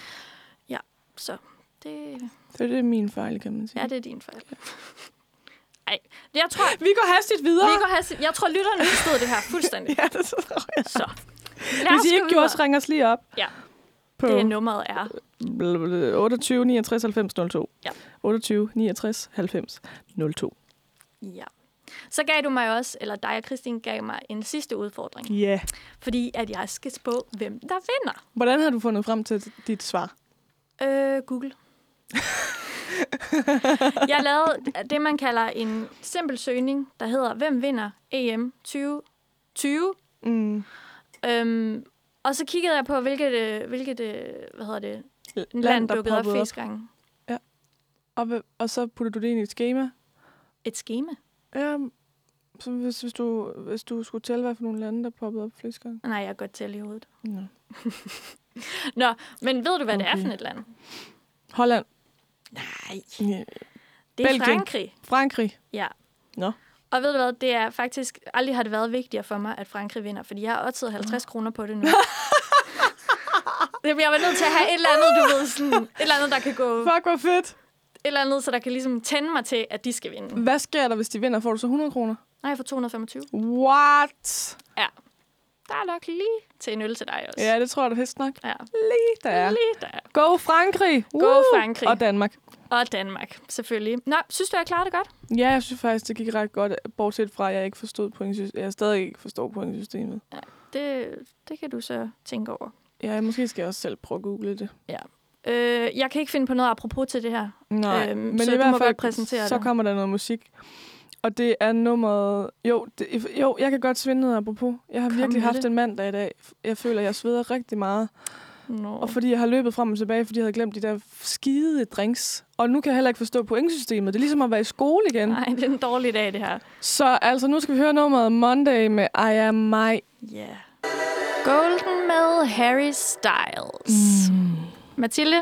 C: Så det,
B: Så det er min fejl, kan man sige.
C: ja, det er din fejl. Ej, jeg tror,
B: Vi går hastigt videre.
C: vi går have, jeg tror, lytterne forstod det her fuldstændig.
B: Ja, det tror jeg.
C: Så. Lad
B: Hvis
C: os
B: I
C: gå
B: ikke gjorde, så
C: videre.
B: ring os lige op.
C: Ja.
B: På
C: Det er nummeret er.
B: 28 69 90 02.
C: Ja.
B: 28 69 90 02.
C: Ja. Så gav du mig også, eller dig og Kristin gav mig en sidste udfordring.
B: Ja. Yeah.
C: Fordi at jeg skal spå, hvem der vinder.
B: Hvordan har du fundet frem til dit svar?
C: Øh, Google. jeg lavede det, man kalder en simpel søgning, der hedder, hvem vinder E EM 2020?
B: Mm.
C: Øhm, og så kiggede jeg på, hvilket, øh, hvilket øh, hvad hedder det, land,
B: der
C: dukkede op
B: poppede
C: flest gange.
B: op. Og, og så putter du det ind i et schema.
C: Et schema?
B: Ja, så hvis, hvis, du, hvis du skulle tælle, hvad for nogle lande, der poppede op flest gange.
C: Nej, jeg kan godt tælle i hovedet.
B: Nå.
C: Nå, men ved du, hvad det er
B: Okay.
C: for et land?
B: Holland.
C: Nej.
B: Ja.
C: Det er
B: Belgien.
C: Frankrig.
B: Frankrig.
C: Ja.
B: Nå.
C: Og ved du hvad, det er faktisk, aldrig har det været vigtigere for mig, at Frankrig vinder, fordi jeg har oddset 50 kroner på det nu. Jamen, jeg var nødt til at have et eller andet, du ved, sådan, et eller andet, der kan gå, et
B: Fuck, hvor fedt.
C: eller andet, så der kan ligesom tænde mig til, at de skal vinde.
B: Hvad sker der, hvis de vinder? Får du så 100 kroner?
C: Nej, jeg får 225.
B: What?
C: Der er nok lige til en øl til dig også.
B: Ja, det tror jeg, du helst nok.
C: ja.
B: Lige der er.
C: Lige der.
B: Go Frankrig!
C: Go Frankrig.
B: Og Danmark.
C: Og Danmark, selvfølgelig. Nå, synes du, jeg klarede det godt?
B: Ja, jeg synes faktisk, det gik ret godt, bortset fra, at jeg ikke forstod pointsystemet. Jeg stadig ikke forstår pointsystemet.
C: Det, det kan du så tænke over.
B: Ja, måske skal jeg også selv prøve at google det.
C: Øh, jeg kan ikke finde på noget apropos til det her.
B: Nej,
C: Øhm, så du må godt præsentere
B: så
C: det.
B: kommer der noget musik. Og det er nummeret... Jo, det, jo jeg kan godt svinde noget apropos. Jeg har
C: Kom
B: virkelig
C: med
B: haft
C: det.
B: en mandag i dag. Jeg føler, jeg sveder rigtig meget.
C: Nå.
B: Og fordi jeg har løbet frem og tilbage, fordi jeg havde glemt de der skide drinks. Og nu kan jeg heller ikke forstå pointsystemet. Det er ligesom at være i skole igen.
C: Nej, det er en dårlig dag, det her.
B: Så altså, nu skal vi høre nummeret Monday med I Am My.
C: Ja. Yeah. Golden med Harry Styles. Mm. Mathilde,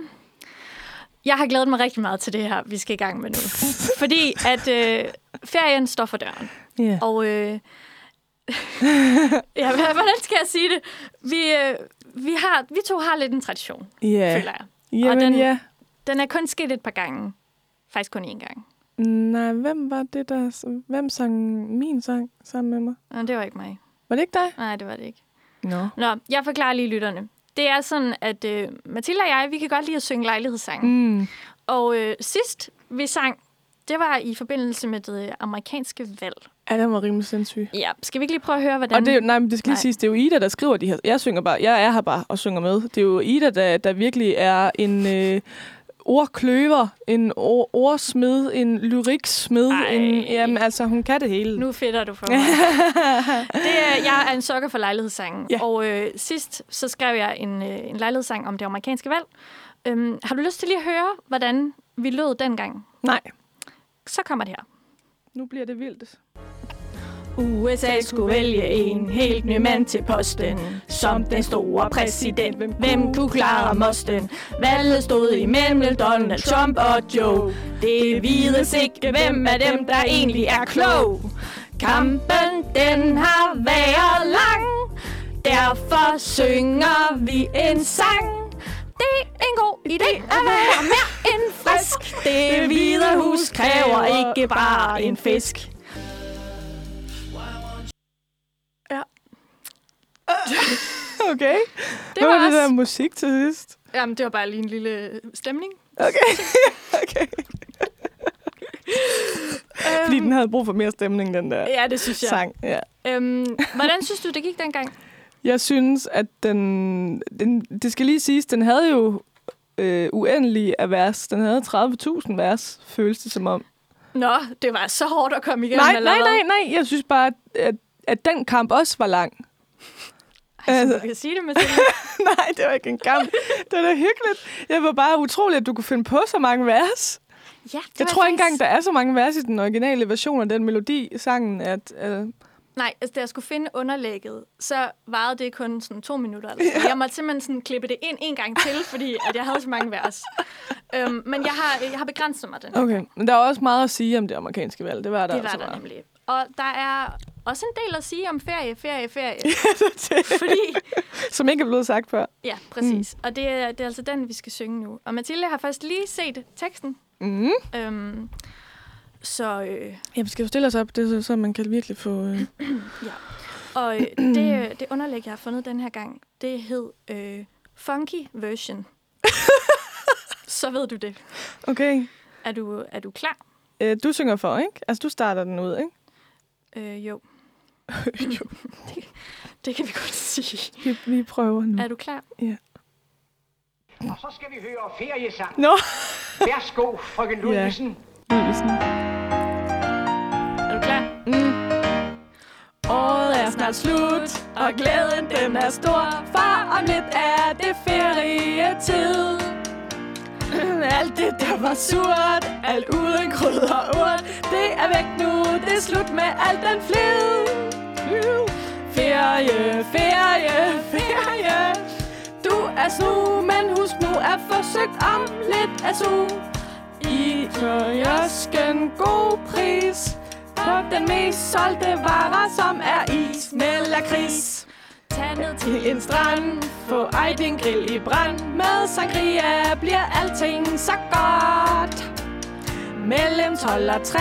C: jeg har glædet mig rigtig meget til det her, vi skal i gang med nu. Fordi at øh, ferien står for døren.
B: Ja.
C: Og øh, ja, hva- hvordan skal jeg sige det? Vi, øh, vi, har, vi to har lidt en tradition, ja. føler jeg.
B: Jamen
C: den-
B: ja.
C: Den er kun sket et par gange. Faktisk kun én gang.
B: Nej, hvem var det, der... Hvem sang min sang sammen med mig?
C: Nå, det var ikke mig.
B: Var det ikke dig?
C: Nej, det var det ikke.
B: Nå.
C: Nå, jeg forklarer lige lytterne. Det er sådan, at øh, Mathilde og jeg, vi kan godt lide at synge lejlighedssange.
B: Mm.
C: Og øh, sidst vi sang, det var i forbindelse med det amerikanske valg.
B: Ja, den var rimelig sindssyg.
C: Ja, skal vi ikke lige prøve at høre, hvordan...
B: Og det, er jo- nej, men det skal lige
C: Nej.
B: siges, det er jo Ida, der skriver de her. Jeg synger bare, jeg er her bare og synger med. Det er jo Ida, der, der virkelig er en øh, ordkløver, en or, ordsmed, en lyriksmed.
C: Ej.
B: En, jamen, altså, hun kan det hele.
C: Nu fedter du for mig. det er, jeg er en sokker for lejlighedssangen.
B: Ja.
C: Og øh, sidst så skrev jeg en, øh, en lejlighedssang om det amerikanske valg. Øhm, har du lyst til lige at høre, hvordan vi lød dengang?
B: Nej,
C: Så kommer det her.
B: nu bliver det vildt.
C: USA skulle vælge en helt ny mand til posten Som den store præsident Hvem kunne klare mosten? Valget stod imellem Donald Trump og Joe Det vides ikke, hvem af dem der egentlig er klog Kampen den har været lang Derfor synger vi en sang Det er en god idé at være mere end frisk Det hvide hus kræver ikke bare en fisk
B: Okay.
C: Det
B: nu
C: var
B: er det
C: også-
B: der musik til sidst.
C: Jamen, det var bare lige en lille stemning.
B: Okay. okay.
C: Øhm.
B: Fordi den havde brug for mere stemning, den der
C: Ja, det synes jeg.
B: sang. Ja.
C: Øhm, hvordan synes du, det gik dengang?
B: Jeg synes, at den, den... Det skal lige siges, den havde jo øh, uendelige af vers. Den havde 30.000 vers, føles det som om.
C: Nå, det var så hårdt at komme igennem.
B: nej,
C: eller
B: nej,
C: hvad?
B: nej, nej. Jeg synes bare, at- at, at den kamp også var lang.
C: Ej, så
B: Altså-
C: du kan sige det med det.
B: nej, det var ikke en kamp. det var da hyggeligt. Jeg var bare utrolig, at du kunne finde på så mange vers.
C: Ja, det
B: Jeg
C: var
B: tror ikke
C: faktisk-
B: engang, der er så mange vers i den originale version af den melodi i sangen, at... Øh,
C: Nej, altså da jeg skulle finde underlægget, så varede det kun sådan to minutter. Eller sådan. Jeg måtte simpelthen sådan klippe det ind en gang til, fordi at jeg havde så mange vers. øhm, men jeg har, jeg har begrænset mig den.
B: Okay, men der er også meget at sige om det amerikanske valg. Det var der
C: det var
B: altså
C: der
B: meget.
C: nemlig. Og der er også en del at sige om ferie, ferie, ferie. fordi
B: Som ikke er blevet sagt før.
C: Ja, præcis. Mm. Og det er, det er altså den, vi skal synge nu. Og Mathilde har først lige set teksten.
B: Mm.
C: Øhm, så øh,
B: Jamen, skal du stille os op, det, så, så man kan virkelig få... Øh...
C: og øh, det, øh, det underlæg, jeg har fundet den her gang, det hed øh, Funky Version. så ved du det.
B: Okay,
C: Er du, er du klar?
B: øh, du synger for, ikke? Altså, du starter den ud, ikke?
C: Øh, jo. jo. det, det kan vi godt sige.
B: Vi, vi prøver nu.
C: Er du klar?
H: Og så skal vi høre feriesang.
B: Nå,
H: Værsgo, frøken Ludvigsen.
B: Ydelsen.
C: Er du klar?
B: Året er snart slut, og glæden den er stor, for om lidt er det ferietid. Alt det, der var surt, alt uden krydder og urt, det er væk nu, det er slut med alt den flid. Ferie, ferie, ferie. Du er snu, men husk nu at forsøgt om lidt at su. I kiosken god pris på den mest solgte vare, som er is med lakrids. Tag ned til en strand, få ej din grill i brand. Med sangria bliver alting så godt. Mellem 12 og 3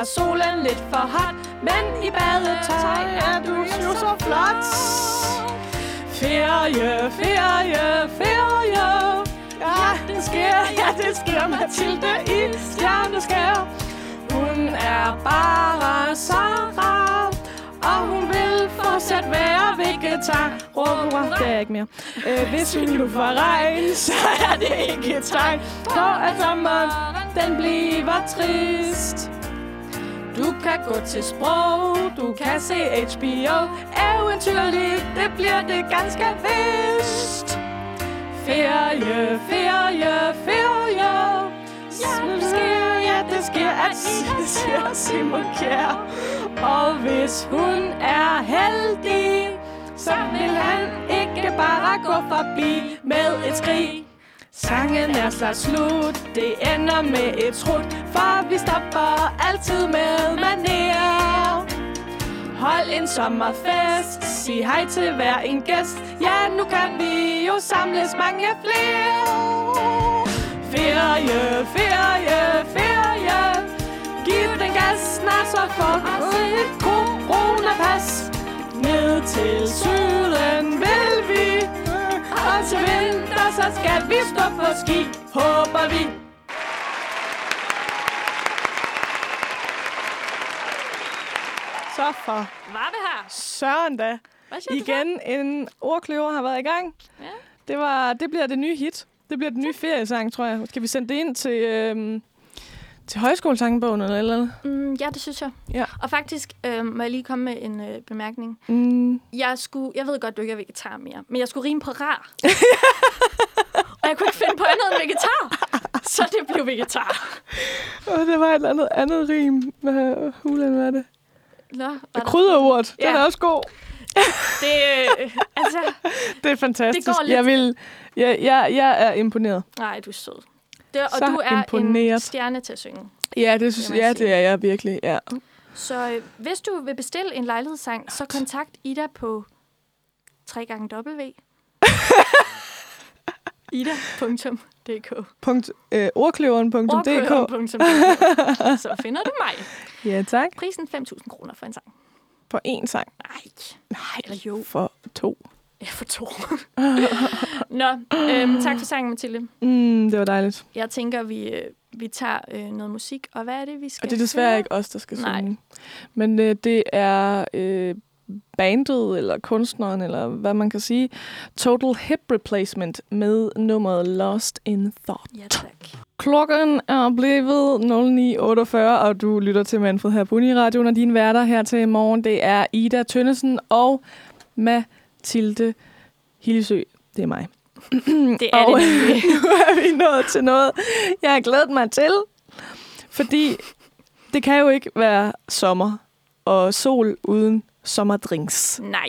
B: er solen lidt for hot, men i badetøj er du jo så flot. Ferie, ferie, ferie. Ja, det sker, ja, det sker, Mathilde i stjerneskær. Hun er bare så rar, og hun vil fortsat være vegetar. Råb, råb, det er ikke mere. Øh, hvis vi nu får regn, så er det ikke et tegn på, at sommeren den bliver trist. Du kan gå til sprog, du kan se HBO. Eventyrligt, det bliver det ganske vist. Ferie, ferie, ferie. Ja, det sker, ja, det sker, at Ida ser Simon Kjær. Og hvis hun er heldig, så vil han ikke bare gå forbi med et skrig. Sangen er snart slut, det ender med et trut, for vi stopper altid med manér. Hold en sommerfest, sig hej til hver en gæst, ja nu kan vi jo samles mange flere. Ferie, ferie, ferie, giv den gas snart så får du et coronapas. Ned til syden vil vi, og til vinter så skal vi stå på ski, håber vi. Så for
C: Var det her?
B: søren da.
C: Hvad siger du
B: Igen en ordkløver har været i gang.
C: Ja.
B: Det, var, det bliver det nye hit. Det bliver den nye feriesang, tror jeg. Skal vi sende det ind til, øhm, til højskolesangbogen eller et eller andet?
C: så? Mm, ja, det synes jeg.
B: Ja.
C: Og faktisk øh, må jeg lige komme med en øh, bemærkning.
B: Mm.
C: jeg skulle, jeg ved godt, du ikke er vegetar mere, men jeg skulle rime på rar. og jeg kunne ikke finde på andet end vegetar. Så det blev vegetar.
B: Oh, det var et eller andet andet rim. Hvad hulen var det?
C: Nå, var der-
B: Krydderurt, ja. den
C: Ja.
B: er også god.
C: Det, øh, altså,
B: Det er fantastisk.
C: Det går lidt.
B: Jeg, vil, jeg, jeg, jeg er imponeret.
C: nej, du er sød. Det, og
B: Så
C: du er en
B: imponeret.
C: stjerne til at synge.
B: Ja, det, synes,
C: Det må jeg
B: ja, det
C: sige.
B: er jeg virkelig. Ja.
C: Så øh, hvis du vil bestille en lejlighedssang, så kontakt Ida på 3 gange W. Ida.dk
B: Punkt, øh, ordkløveren.dk
C: Ordkløveren.dk. Så finder du mig.
B: Ja, tak.
C: Prisen 5.000 kroner for en sang.
B: På én sang.
C: Nej. Nej. Eller jo.
B: For to.
C: Jeg får to. Nå, øhm, tak for sangen, Mathilde.
B: Mm, det var dejligt.
C: Jeg tænker, vi, øh, vi tager øh, noget musik, og hvad er det, vi skal
B: Og det er desværre
C: høre?
B: ikke os, der skal
C: Nej.
B: synge. Men øh, det er øh, bandet, eller kunstneren, eller hvad man kan sige. Total Hip Replacement med nummeret Lost in Thought.
C: Ja, tak.
B: Klokken er blevet 09.48, og du lytter til Manfred her på Uniradioen, og dine værter her til i morgen, det er Ida Tønnesen og Mathilde Hillesø. Det er mig.
C: Det er
B: Og- øh,
C: det nemlig.
B: nu er vi nået til noget, jeg har glædet mig til. Fordi det kan jo ikke være sommer og sol uden sommerdrinks.
C: Nej.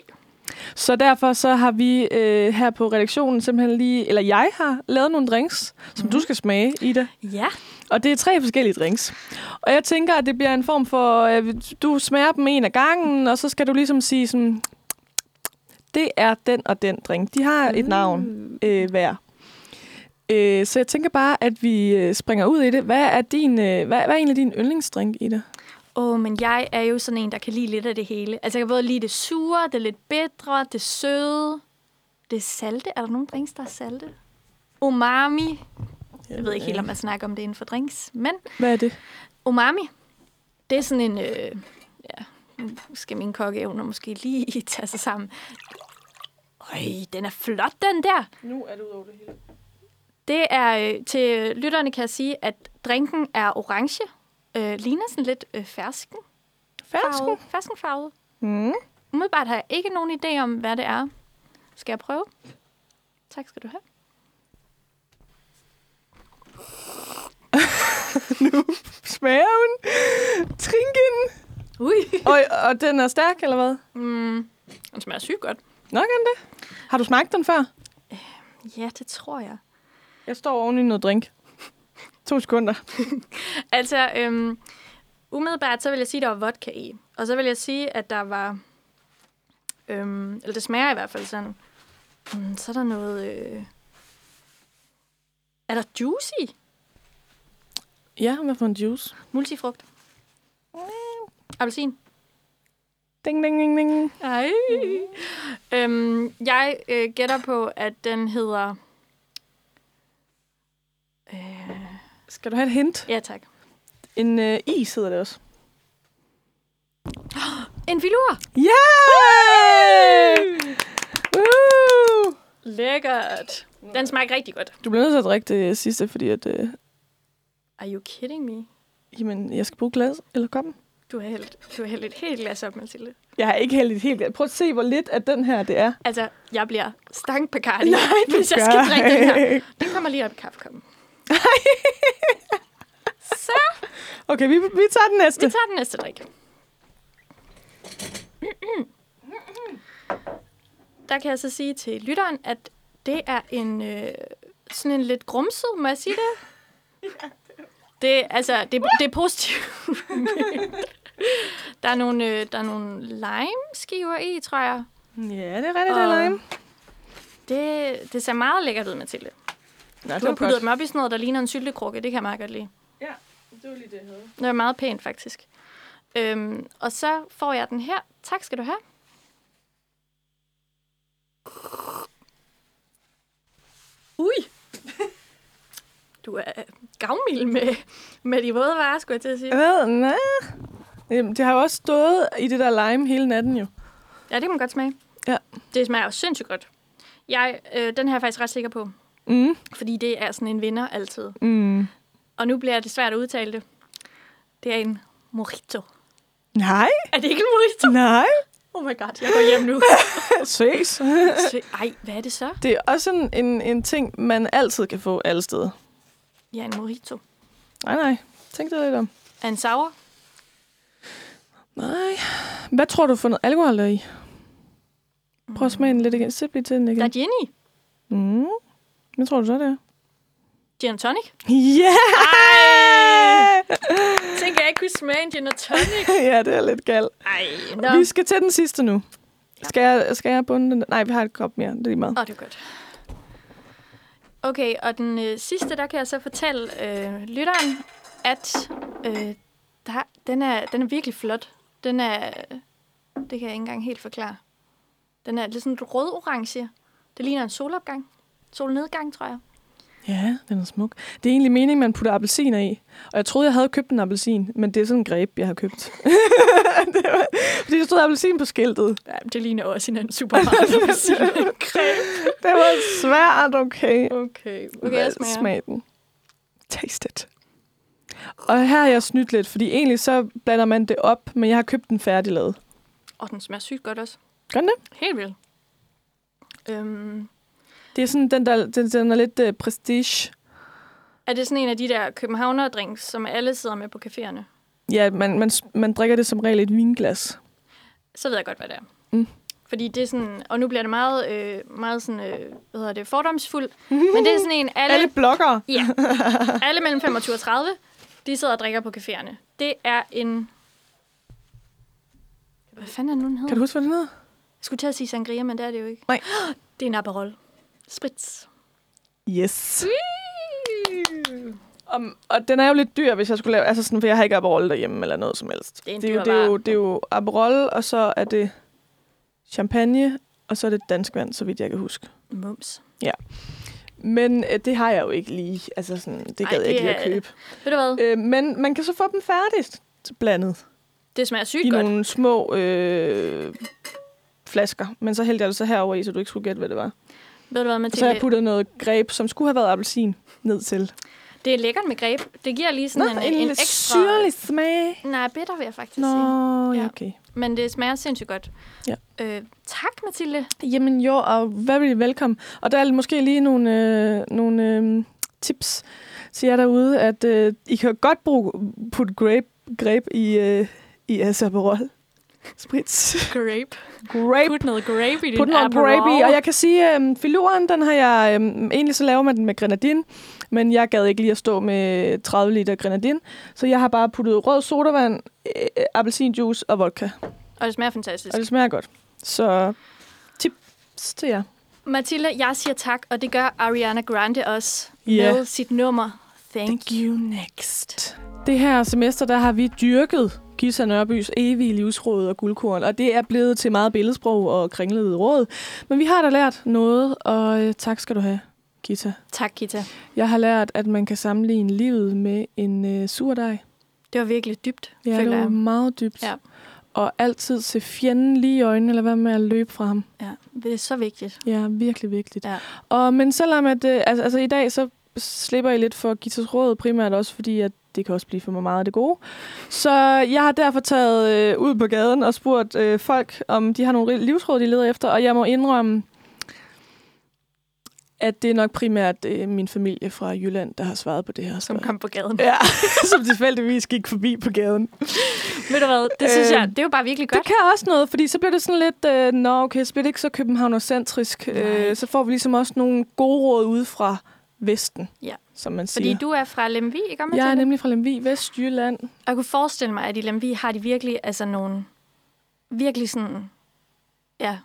B: Så derfor så har vi øh, her på redaktionen simpelthen lige, eller jeg har lavet nogle drinks, som
C: Mhm.
B: du skal smage, Ida.
C: Ja.
B: Og det er tre forskellige drinks. Og jeg tænker, at det bliver en form for, øh, du smager dem en af gangen, og så skal du ligesom sige sådan, det er den og den drink. De har et navn øh, hver. Øh, så jeg tænker bare, at vi øh, springer ud i det. Hvad er, din, øh, hvad, hvad er egentlig din yndlingsdrink, Ida?
C: Åh, oh, men jeg er jo sådan en, der kan lide lidt af det hele. Altså, jeg kan både lide det sure, det lidt bedre, det søde, det salte. Er der nogen drinks, der er salte? Umami. Jeg ved ikke helt, om man snakker om det inden for drinks, men
B: Hvad er det?
C: umami, det er sådan en... Øh, ja, nu skal mine kokkeevner måske lige tage sig sammen. Øj, den er flot, den der.
B: Nu er du over det hele.
C: Det er øh, til lytterne kan jeg sige, at drinken er orange. Øh, ligner sådan lidt øh, fersken.
B: Fersken?
C: Ferskenfarvet.
B: Mm.
C: Umiddelbart har jeg ikke nogen idé om, hvad det er. Skal jeg prøve? Tak skal du have.
B: Smager hun? Trinken!
C: Ui.
B: Og, og den er stærk, eller hvad?
C: Mm, den smager sygt godt.
B: Nok end det. Har du smagt den før?
C: Ja, det tror jeg.
B: Jeg står oven i noget drink. To sekunder.
C: Altså, øhm, umiddelbart så vil jeg sige, at der var vodka i. Og så vil jeg sige, at der var... Øhm, eller det smager i hvert fald sådan. Mm, så er der noget... Øh, er der juice i?
B: Ja, hvad for en juice?
C: Multifrugt. Appelsin.
B: Ding, ding, ding, ding.
C: Ej. Øhm, jeg øh, gætter på, at den hedder... Øh,
B: Skal du have et hint?
C: ja, tak.
B: En øh, is hedder det også.
C: En filur.
B: Ja! Woo!
C: Lækkert. Den smager rigtig godt.
B: Du bliver nødt til at drikke det sidste, fordi at, øh,
C: Are you kidding me?
B: jamen, jeg skal bruge glas eller koppen.
C: Du har hældt, du har hældt et helt glas op, Mathilde.
B: Jeg har ikke hældt et helt glas. Prøv at se, hvor lidt af den her det er.
C: Altså, jeg bliver stank på Cardi,
B: Nej, du
C: hvis jeg
B: gør
C: skal drikke den her.
B: ikke.
C: Den kommer lige op i kaffekoppen. Så,
B: Okay, vi, vi tager den
C: vi
B: næste.
C: tager den næste drik. Der kan jeg så sige til lytteren, at det er en øh, sådan en lidt grumset, må jeg sige det? Det, altså, det, det er positivt. der er nogle, øh, der er nogle lime-skiver i, tror jeg.
B: Ja, det er rigtigt, det
C: Og-
B: er lime.
C: Det, det ser meget lækkert ud, Mathilde.
B: Nå,
C: Du har puttet dem op i sådan noget, der ligner en syltekrukke. Det kan jeg meget godt lide.
B: Det var lige det, jeg havde.
C: Det er meget pænt, faktisk. Øhm, og så får jeg den her. Tak skal du have. Ui! Du er gavmild med, med de våde varer, skulle jeg til at sige.
B: Hvad? Nå. Jamen, det har jo også stået i det der lime hele natten jo.
C: Ja, det kan man godt smage.
B: Ja.
C: Det smager jo sindssygt godt. Jeg, øh, den her er jeg faktisk ret sikker på,
B: Mm.
C: fordi det er sådan en vinder altid.
B: Mm.
C: Og nu bliver det svært at udtale det. Det er en mojito.
B: Nej,
C: Er det ikke en mojito?
B: nej.
C: Oh my god, jeg går hjem nu.
B: Ses.
C: Ej, hvad er det så?
B: det er også en, en, en ting, man altid kan få alle steder.
C: Ja, en mojito.
B: Nej, nej. Tænk dig lidt om.
C: Er en sour?
B: Nej. Hvad tror du, du har fundet alkohol der i? Prøv at smage den lidt igen. Sip lige til den
C: Der
B: igen.
C: er gin i.
B: Mm. Hvad tror du så, det er?
C: Gin and tonic.
B: Yeah!
C: Tænk, jeg ikke kunne smage en gin and tonic.
B: ja, det er lidt galt.
C: Ej, nå.
B: Ja. Vi skal til den sidste nu. Skal jeg, skal jeg bunde den? Nej, vi har et kop mere. Det er lige meget.
C: Åh, oh, det er godt. Okay, og den øh, sidste, der kan jeg så fortælle øh, lytteren, at øh, der, den, er, den er virkelig flot. Den er, det kan jeg ikke engang helt forklare. Den er lidt sådan rød-orange. Det ligner en solopgang. Solnedgang, tror jeg.
B: Ja, den er smuk. Det er egentlig meningen, man putter appelsiner i. Og jeg troede, jeg havde købt en appelsin, men det er sådan en greb, jeg har købt. det var, fordi der stod appelsin på skiltet.
C: Ja, det ligner også en anden supermarked.
B: Det var svært, okay.
C: okay, okay, jeg smager.
B: Smag den. Taste it. Og her har jeg snydt lidt, fordi egentlig så blander man det op, men jeg har købt den færdiglavet.
C: Og den smager sygt godt også.
B: Gør den det?
C: Helt vildt. Øhm,
B: Det er sådan den, der den, den er lidt uh, prestige.
C: er det sådan en af de der københavnerdrinks, som alle sidder med på caféerne?
B: Ja, man, man, man drikker det som regel i et vinglas.
C: så ved jeg godt, hvad det er.
B: Mm.
C: Fordi det er sådan, og nu bliver det meget, øh, meget sådan, øh, hvad hedder det, fordomsfuld, men det er sådan en, alle,
B: Alle bloggere.
C: ja, alle mellem 25 og 30, de sidder og drikker på caféerne. Det er en, hvad fanden er det nu, den hedder?
B: Kan du huske, hvad den hedder?
C: Jeg skulle til at sige sangria, men det er det jo ikke.
B: Nej.
C: Det er en Aperol. Spritz.
B: Yes. Om, og den er jo lidt dyr, hvis jeg skulle lave... Altså sådan, for jeg har ikke Aperol derhjemme eller noget som helst.
C: Det er en
B: jo,
C: dyr
B: det, er jo,
C: vare.
B: det er jo Aperol, og så er det champagne, og så er det dansk vand, så vidt jeg kan huske.
C: Mums.
B: Mm. Men øh, det har jeg jo ikke lige. Altså sådan, det
C: Ej,
B: gad jeg
C: det
B: ikke lige at
C: er-
B: købe.
C: Ved du hvad?
B: Øh, men man kan så få dem færdigt blandet
C: Det smager sygt
B: i
C: godt.
B: nogle små øh, flasker. Men så hældte jeg det så herover i, så du ikke skulle gætte, hvad det var.
C: Ved du hvad,
B: Og så har jeg
C: Mathilde?
B: puttet noget greb, som skulle have været appelsin, ned til.
C: Det er lækkert med greb. Det giver lige sådan en, en, en
B: lidt
C: ekstra...
B: syrlig smag.
C: Nej, bitter vil jeg faktisk
B: Nå,
C: sige.
B: ja,
C: Ja.
B: okay.
C: Men det smager sindssygt godt.
B: Ja.
C: Øh, tak, Mathilde.
B: Jamen jo, og very velkommen. Og der er måske lige nogle, øh, nogle øh, tips til jer derude, at øh, I kan godt bruge put grape, grape i, øh, i jeres Aperol. Spritz.
C: Grape.
B: Grape.
C: Put noget grape i din
B: Put noget grape i, og jeg kan sige, øhm, filuren, den har jeg, øhm, egentlig så laver man den med grenadin, men jeg gad ikke lige at stå med 30 liter grenadin, så jeg har bare puttet rød sodavand, øh, appelsinjuice og vodka.
C: og det smager fantastisk.
B: Og det smager godt. Så tips til jer.
C: Mathilde, jeg siger tak, og det gør Ariana Grande også
B: Ja.
C: med sit nummer. Thank you.
B: next. Det her semester, der har vi dyrket Gisa Nørbys evige livsråd og guldkorn, og det er blevet til meget billedsprog og kringlede råd. Men vi har da lært noget, og øh, tak skal du have, Gita.
C: Tak, Kita.
B: Jeg har lært, at man kan sammenligne livet med en øh, surdej.
C: Det var virkelig dybt,
B: Ja,
C: føler
B: det var
C: jeg.
B: meget dybt.
C: Ja.
B: Og altid se fjenden lige i øjnene, eller hvad med at løbe fra ham.
C: Ja, det er så vigtigt.
B: Ja, virkelig vigtigt.
C: Ja.
B: Og, men selvom at, øh, altså, altså i dag, så slipper I lidt for Gitas råd, primært også fordi, at det kan også blive for meget af det gode. Så jeg har derfor taget øh, ud på gaden og spurgt øh, folk, om de har nogle livsråd, de leder efter, og jeg må indrømme, at det er nok primært øh, min familie fra Jylland, der har svaret på det her.
C: Som
B: spørgsmål.
C: kom på gaden.
B: Ja, som tilfældigvis gik forbi på gaden.
C: Ved du hvad, det synes
B: Øh,
C: jeg, det er jo bare virkelig
B: Det
C: godt.
B: kan også noget, fordi så bliver det sådan lidt, øh, nå okay, så bliver det ikke så københavnercentrisk. Øh, så får vi ligesom også nogle gode råd ude fra Vesten,
C: Ja.
B: som man siger.
C: Fordi du er fra Lemvi, ikke om
B: jeg er
C: Mathilde?
B: nemlig fra Lemvig, Vestjylland.
C: Og jeg kunne forestille mig, at i Lemvi har de virkelig altså nogle virkelig sådan, ja,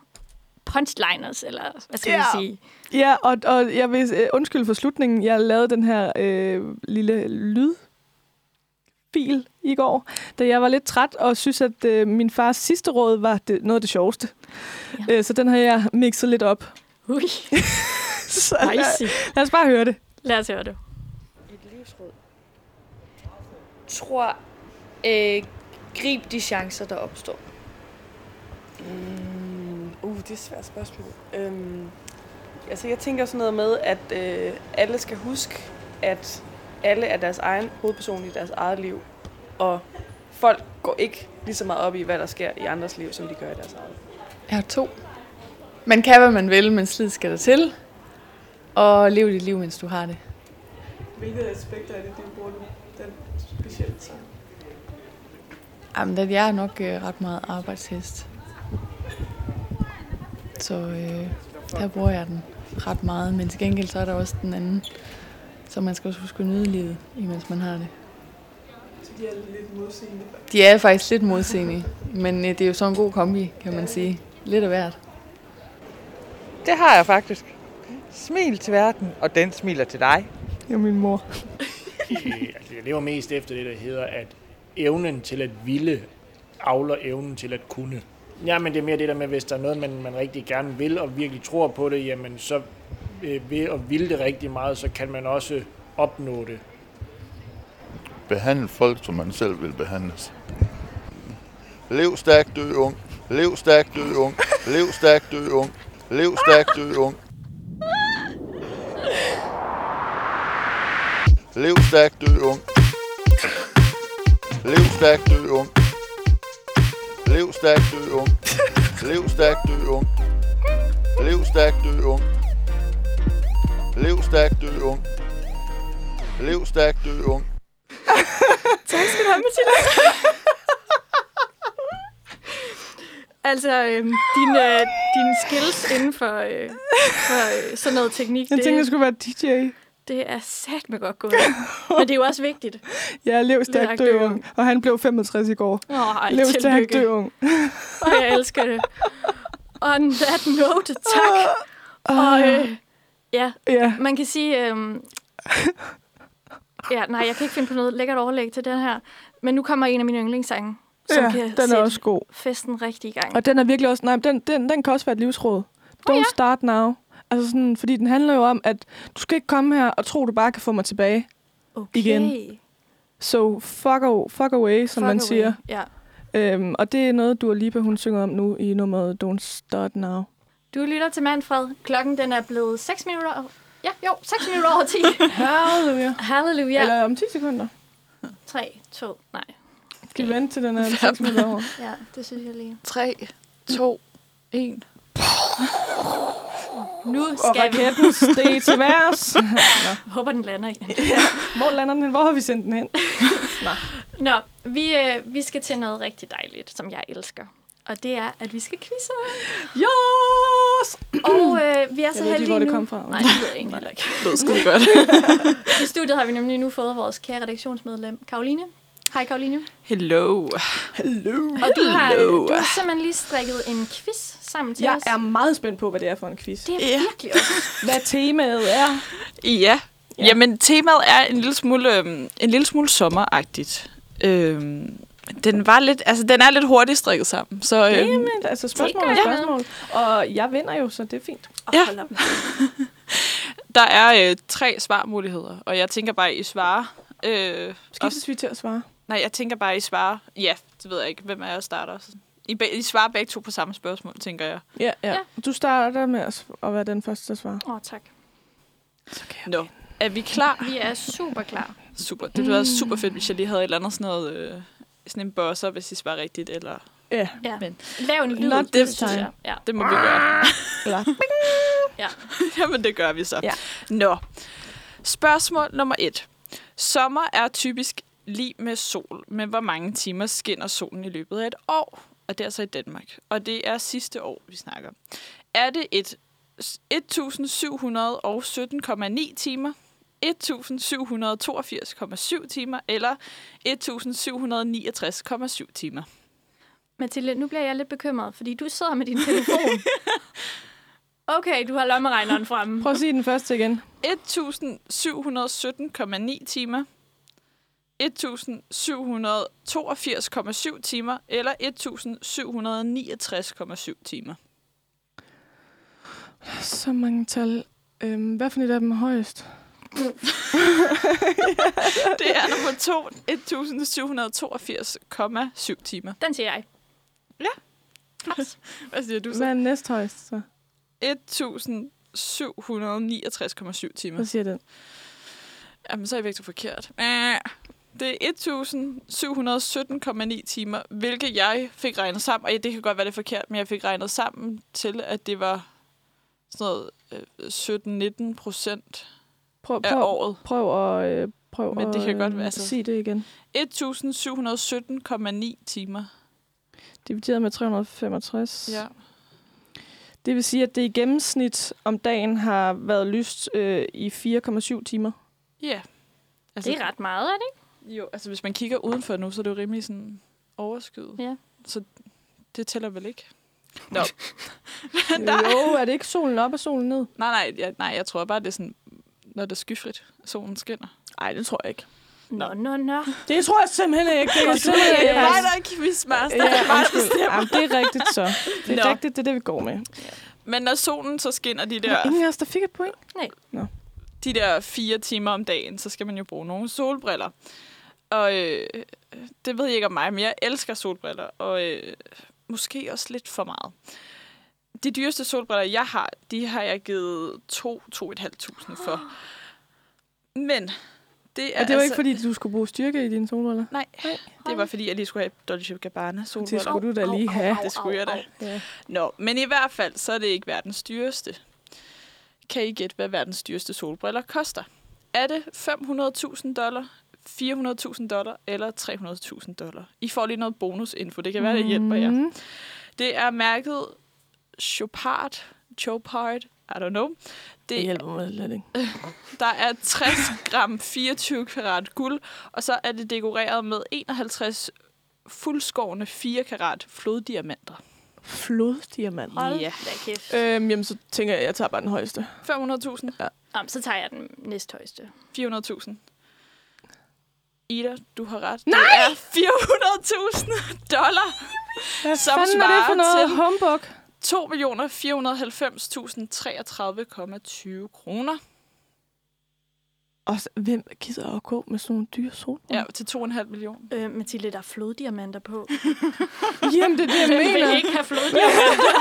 C: punchliners, eller hvad skal vi
B: Ja.
C: sige?
B: Ja, og, og jeg vil øh, undskylde for slutningen. Jeg lavede den her øh, lille lyd fil i går, da jeg var lidt træt og synes, at øh, min fars sidste råd var det, noget af det sjoveste. Ja. Øh, så den har jeg mixet lidt op.
C: Ui,
B: Så
C: spicy.
B: lad, lad os bare høre det.
C: Lad os høre det.
I: tror, øh, grib de chancer, der opstår.
J: Uh, det er et svært spørgsmål. Øhm, altså, jeg tænker sådan noget med, at øh, alle skal huske, at alle er deres egen hovedperson i deres eget liv. Og folk går ikke lige så meget op i, hvad der sker i andres liv, som de gør i deres eget.
K: Jeg har to. Man kan, hvad man vil, men slid skal der til. Og lev dit liv, mens du har det.
J: Hvilket aspekt er det, de bruger den specielt så?
K: Jamen, den- jeg er nok øh, ret meget arbejdshest. Så øh, der bruger jeg den ret meget. Men til gengæld så er der også den anden. Så man skal også huske at nyde livet, imens man har det.
J: Så de er lidt modsigende.
K: De er faktisk lidt modsigende, men øh, det er jo sådan en god kombi, kan man sige. Lidt af hvert.
L: Det har jeg faktisk. Smil til verden, og den smiler til dig.
B: Det er min mor.
M: Altså, jeg lever mest efter det, der hedder, at evnen til at ville avler evnen til at kunne. Jamen, det er mere det der med, hvis der er noget, man, man rigtig gerne vil og virkelig tror på det, jamen så øh, ved at ville det rigtig meget, så kan man også opnå det.
N: Behandle folk, som man selv vil behandles. Lev stærkt, dø ung. Lev stærkt, dø ung. Lev stærkt, dø ung. Lev stærkt, dø ung. Lev stærkt, dø ung. Lev stærkt, dø ung. Lev stærkt, dø ung. Lev stærkt, dø ung. Lev stærkt, dø ung. Lev stærkt, dø ung. Lev stærkt, dø ung.
C: Tak skal du have, Mathilde. altså, øhm, din, øh, din skills inden for, øh, for øh, sådan noget teknik,
B: Jeg
C: det,
B: tænkte, jeg skulle være DJ.
C: det er satme godt gået. Men det er jo også vigtigt.
B: Jeg er lev stærk
C: Stærk
B: dø ung, og han blev 65 i går.
C: Nå, ej,
B: lev stærk
C: tillykke.
B: dø ung.
C: Og jeg elsker det. On that note, tak. Og øh, ja,
B: yeah.
C: man kan sige... Øh, ja, nej, jeg kan ikke finde på noget lækkert overlæg til den her. Men nu kommer en af mine yndlingssange, som
B: Ja,
C: kan
B: den er
C: sætte
B: også god.
C: festen rigtig i gang.
B: Og den er virkelig også... Nej, men den, den, den kan også være et livsråd. Don't ja. start now. Altså sådan, fordi den handler jo om, at du skal ikke komme her og tro, du bare kan få mig tilbage okay. igen. So fuck, o- fuck away, som
C: Fuck
B: man
C: away,
B: siger.
C: Ja.
B: Øhm, og det er noget, du og Lipa, hun synger om nu i nummeret Don't Start Now.
C: Du lytter til Manfred. Klokken den er blevet 6 minutter over... Ja, jo, 6 minutter over 10.
B: Halleluja.
C: Halleluja.
B: Eller om 10 sekunder.
C: 3, 2, nej.
B: Skal vi vente til den er 6 minutter over?
C: Ja, det synes jeg lige.
K: 3, 2, 1.
C: Nu skal
B: Og raketten steg til værs.
C: vi... Håber, den lander igen.
B: Hvor lander den hen? Hvor har vi sendt den hen?
C: Nå, vi, øh, vi skal til noget rigtig dejligt, som jeg elsker. Og det er, at vi skal quizze.
B: Yes!
C: Og øh, vi er
B: Jeg ved ikke
C: så
B: lige,
C: heldige
B: hvor det
C: nu.
B: kom fra.
C: Nej, det ved jeg egentlig heller ikke.
B: Ved sgu det godt.
C: I studiet har vi nemlig nu fået vores kære redaktionsmedlem, Karoline. Hej, Karoline.
O: Hello. Hello.
C: Og du har, du har simpelthen lige strikket en quiz sammen til
B: Jeg
C: os.
B: er meget spændt på, hvad det er for en quiz.
C: Det er virkelig også.
B: Hvad temaet er.
O: Ja. Jamen, temaet er en lille smule, øhm, en lille smule sommeragtigt. Øhm, den, var lidt, altså, den er lidt hurtigt strikket sammen. Så, øhm,
B: Jamen, altså spørgsmål og
O: tænker jeg.
B: spørgsmål. Og jeg vinder jo, så det er fint.
O: Ja. Der er øh, tre svarmuligheder, og jeg tænker bare, I svarer. Øh,
B: Skiftes vi til at svare?
O: Nej, jeg tænker bare, I svarer. Ja, det ved jeg ikke, hvem af jer starter. I, be- I svarer begge to på samme spørgsmål, tænker jeg.
B: Ja, ja. Du starter med at s- at være den første, der svarer.
C: Åh, oh, tak.
O: Nå. Er vi klar?
C: Vi er super klar.
O: Super. Det ville være super fedt, hvis jeg lige havde et eller andet sådan noget... Øh, sådan en bosser, hvis I svarer rigtigt, eller...
B: Ja.
C: ja. Lav en lyd.
O: Not this
C: synes jeg.
O: time.
C: Ja.
O: Det må vi gøre.
B: Eller...
C: Ja.
O: Jamen, det gør vi så.
C: Ja.
O: Nå. Spørgsmål nummer et. Sommer er typisk lige med sol, men hvor mange timer skinner solen i løbet af et år? Og det er altså i Danmark. Og det er sidste år, vi snakker. Er det et 1717,9 timer, 1782,7 timer eller 1769,7 timer?
C: Mathilde, nu bliver jeg lidt bekymret, fordi du sidder med din telefon. Okay, du har lommeregneren fremme.
B: Prøv at sige den første igen.
O: 1717,9 timer, 1782,7 timer eller 1769,7 timer.
B: Så mange tal. Øhm, hvad for et af dem er højest?
O: Det er nummer to, 1782,7 timer.
C: Den siger jeg.
O: Ja. Hvad siger du så?
B: Hvad er næsthøjst, så?
O: 1769,7 timer.
B: Hvad siger den?
O: Jamen, så er I vægtet forkert. Ah. Det er 1717,9 timer, hvilket jeg fik regnet sammen. Og ja, det kan godt være, det er forkert, men jeg fik regnet sammen til, at det var sådan noget øh, 17-19 procent
B: Prøv,
O: af
B: prøv,
O: året.
B: prøv at øh, prøv
O: Men
B: at
O: det kan godt
B: øh,
O: være- altså-
B: sige det igen.
O: 1717,9 timer.
B: Divideret med 365.
O: Ja.
B: Det vil sige, at det i gennemsnit om dagen har været lyst øh, i 4,7 timer.
O: Ja.
C: Det er ret meget, er det
O: ikke? Jo, altså hvis man kigger udenfor nu, så er det jo rimelig sådan overskyet.
C: Ja.
O: Så det tæller vel ikke? Nå.
B: Men der... Jo, er det ikke solen op og solen ned?
O: Nej, nej, jeg, nej, jeg tror bare, det er sådan, når det er skyfrit, solen skinner.
B: Nej, det tror jeg ikke.
C: Nå, nå, nå.
B: Det tror jeg simpelthen ikke. Det er
O: Det er
B: simpelthen
O: mig, der er quizmaster. Det er mig, der
B: Ja, undskyld.
O: bestemmer.
B: Jamen, det er rigtigt så. Det er
O: Nå.
B: rigtigt, det er det, vi går med.
O: Men når solen så skinner de
B: Der er
O: der,
B: ingen af os, der fik et point.
C: Nej.
O: de der fire timer om dagen, så skal man jo bruge nogle solbriller. Og øh, det ved jeg ikke om mig, men jeg elsker solbriller, og øh, måske også lidt for meget. De dyreste solbriller, jeg har, de har jeg givet 2-2.500 for. Men det er
B: Og det var
O: altså,
B: ikke, fordi du skulle bruge styrke i dine solbriller?
O: Nej, det var fordi, jeg lige skulle have Dolce Gabbana solbriller.
B: Det skulle du da lige have.
O: Det skulle jeg da.
B: Ja.
O: Nå, men i hvert fald, så er det ikke verdens dyreste. Kan I gætte, hvad verdens dyreste solbriller koster? Er det 500.000 dollar, 400.000 dollar eller 300.000 dollar? I får lige noget bonusinfo, det kan være, det hjælper jer.
B: Mhm.
O: Det er mærket Chopard, Chopard, I don't know.
B: Det hjælper mig lidt, ikke?
O: Der er 60 gram 24 karat guld, og så er det dekoreret med 51 fuldskårne 4 karat floddiamanter.
B: Floddiamant.
O: Hold Ja.
C: da kæft.
B: Øhm, jamen, så tænker jeg, at jeg tager bare den højeste.
O: 500.000.
B: Ja.
C: Nå, men så tager jeg den næsthøjeste.
O: 400.000. Ida, du har ret.
C: Nej!
O: Det er 400.000 dollar.
B: Hvad
O: som
B: fanden er det for
O: svarer
B: noget humbug?
O: 2.490.033,20 kroner.
B: Og så, hvem gider at gå med sådan nogle dyre solbriller?
O: Ja, til 2,5 millioner.
C: Øh, Mathilde, der er floddiamanter på.
B: Jamen, det er det, jeg
C: Hvem
B: mener.
C: vil ikke have floddiamanter?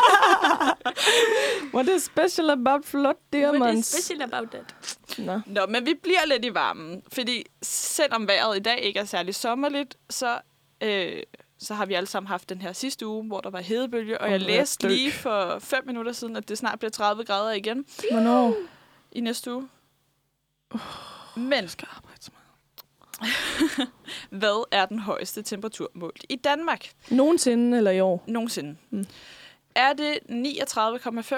B: What is special about flot
C: What is
B: diamonds?
C: special about that?
B: Nå.
O: Nå, men vi bliver lidt i varmen, fordi selvom vejret i dag ikke er særlig sommerligt, så, øh, så har vi alle sammen haft den her sidste uge, hvor der var hedebølge, og
B: Åh,
O: jeg
B: hvor er jeg
O: læste
B: død.
O: lige for 5 minutter siden, at det snart bliver 30 grader igen
B: Hvornår?
O: i næste uge. Men jeg skal
B: arbejde så
O: meget. Hvad er den højeste temperatur målt i Danmark
B: Nogensinde eller i år?
O: nogensinde?
B: Mm.
O: Er det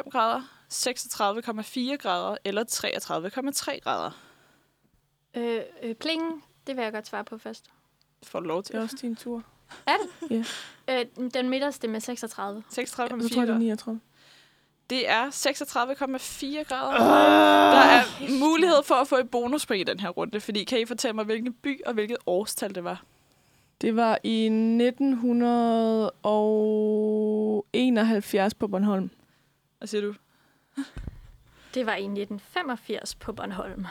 O: 39,5 grader, 36,4 grader eller 33,3 grader?
C: Øh, øh, pling, det vil jeg godt svare på først.
O: Får du lov til.
B: Det er også din tur.
C: Er det?
B: Ja.
C: Øh, den midterste med 36.
O: 36,4
B: Jeg tror, det er 39.
O: Det er 36,4 grader.
C: Ah!
O: Der er mulighed for at få et bonuspoint i den her runde, fordi kan I fortælle mig, hvilken by og hvilket årstal det var?
B: Det var i 1971 på Bornholm.
O: Hvad siger du?
C: Det var i 1985 på Bornholm.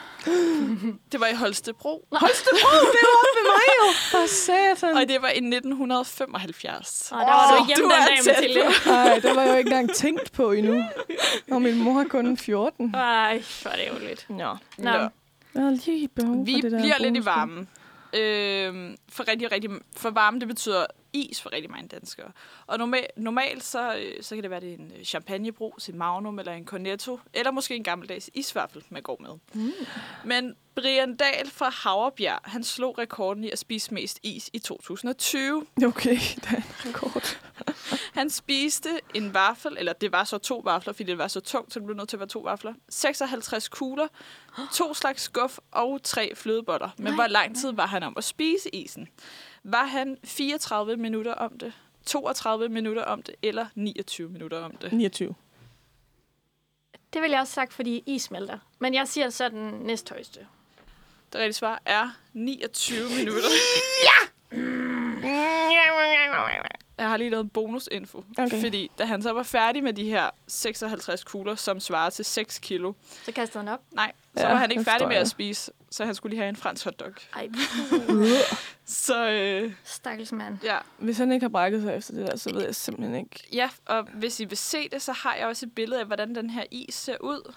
O: Det var i Holstebro.
B: Holstebro, det var oppe ved mig jo! For satan.
O: Og det var i 1975.
C: Og der var du
O: Så
C: ikke hjemme den
O: er
C: dag,
O: tæt
C: Mathilde.
O: på.
B: Nej, det var jeg jo ikke engang tænkt på endnu. Og min mor er kun 14.
C: Ej, hvor er det ærgerligt.
B: Nå.
C: Nå.
O: Nå.
B: Jeg havde lige behov
O: Vi
B: for det der
O: bliver lidt i
B: bonus.
O: varmen. Øhm, for rigtig, rigtig, for varme, det betyder is for rigtig mange danskere. Og norma- normalt, så, øh, så kan det være, det er en øh, champagnebrus, en magnum eller en cornetto, eller måske en gammeldags isvaffel, man går med.
C: Mm.
O: Men Brian Dahl fra Havrebjerg, han slog rekorden i at spise mest is i 2020.
B: Okay, det er en rekord.
O: Han spiste en vaffel, eller det var så to vafler, fordi det var så tungt, så det blev nødt til at være to vafler. 56 kugler, to slags skuff og tre flødeboller. Men
C: Nej,
O: hvor lang tid var han om at spise isen? Var han 34 minutter om det, 32 minutter om det, eller 29 minutter om det?
B: 29.
C: Det vil jeg også sagt, fordi is smelter. Men jeg siger så den næsthøjeste.
O: Det rigtige svar er 29 minutter. Jeg har lige lavet bonusinfo.
B: Okay.
O: Fordi da han så var færdig med de her 56 kugler, som svarer til 6 kilo,
C: Så kastede han op.
O: Nej, så
B: Ja,
O: var han ikke
B: det
O: færdig
B: forstår
O: med
B: jeg.
O: at spise, så han skulle lige have en fransk hotdog.
C: Ej,
O: Så øh,
C: stakkels mand.
O: ja.
B: Hvis han ikke har brækket sig efter det der, så ved jeg simpelthen ikke.
O: ja, og hvis I vil se det, så har jeg også et billede af, hvordan den her is ser ud.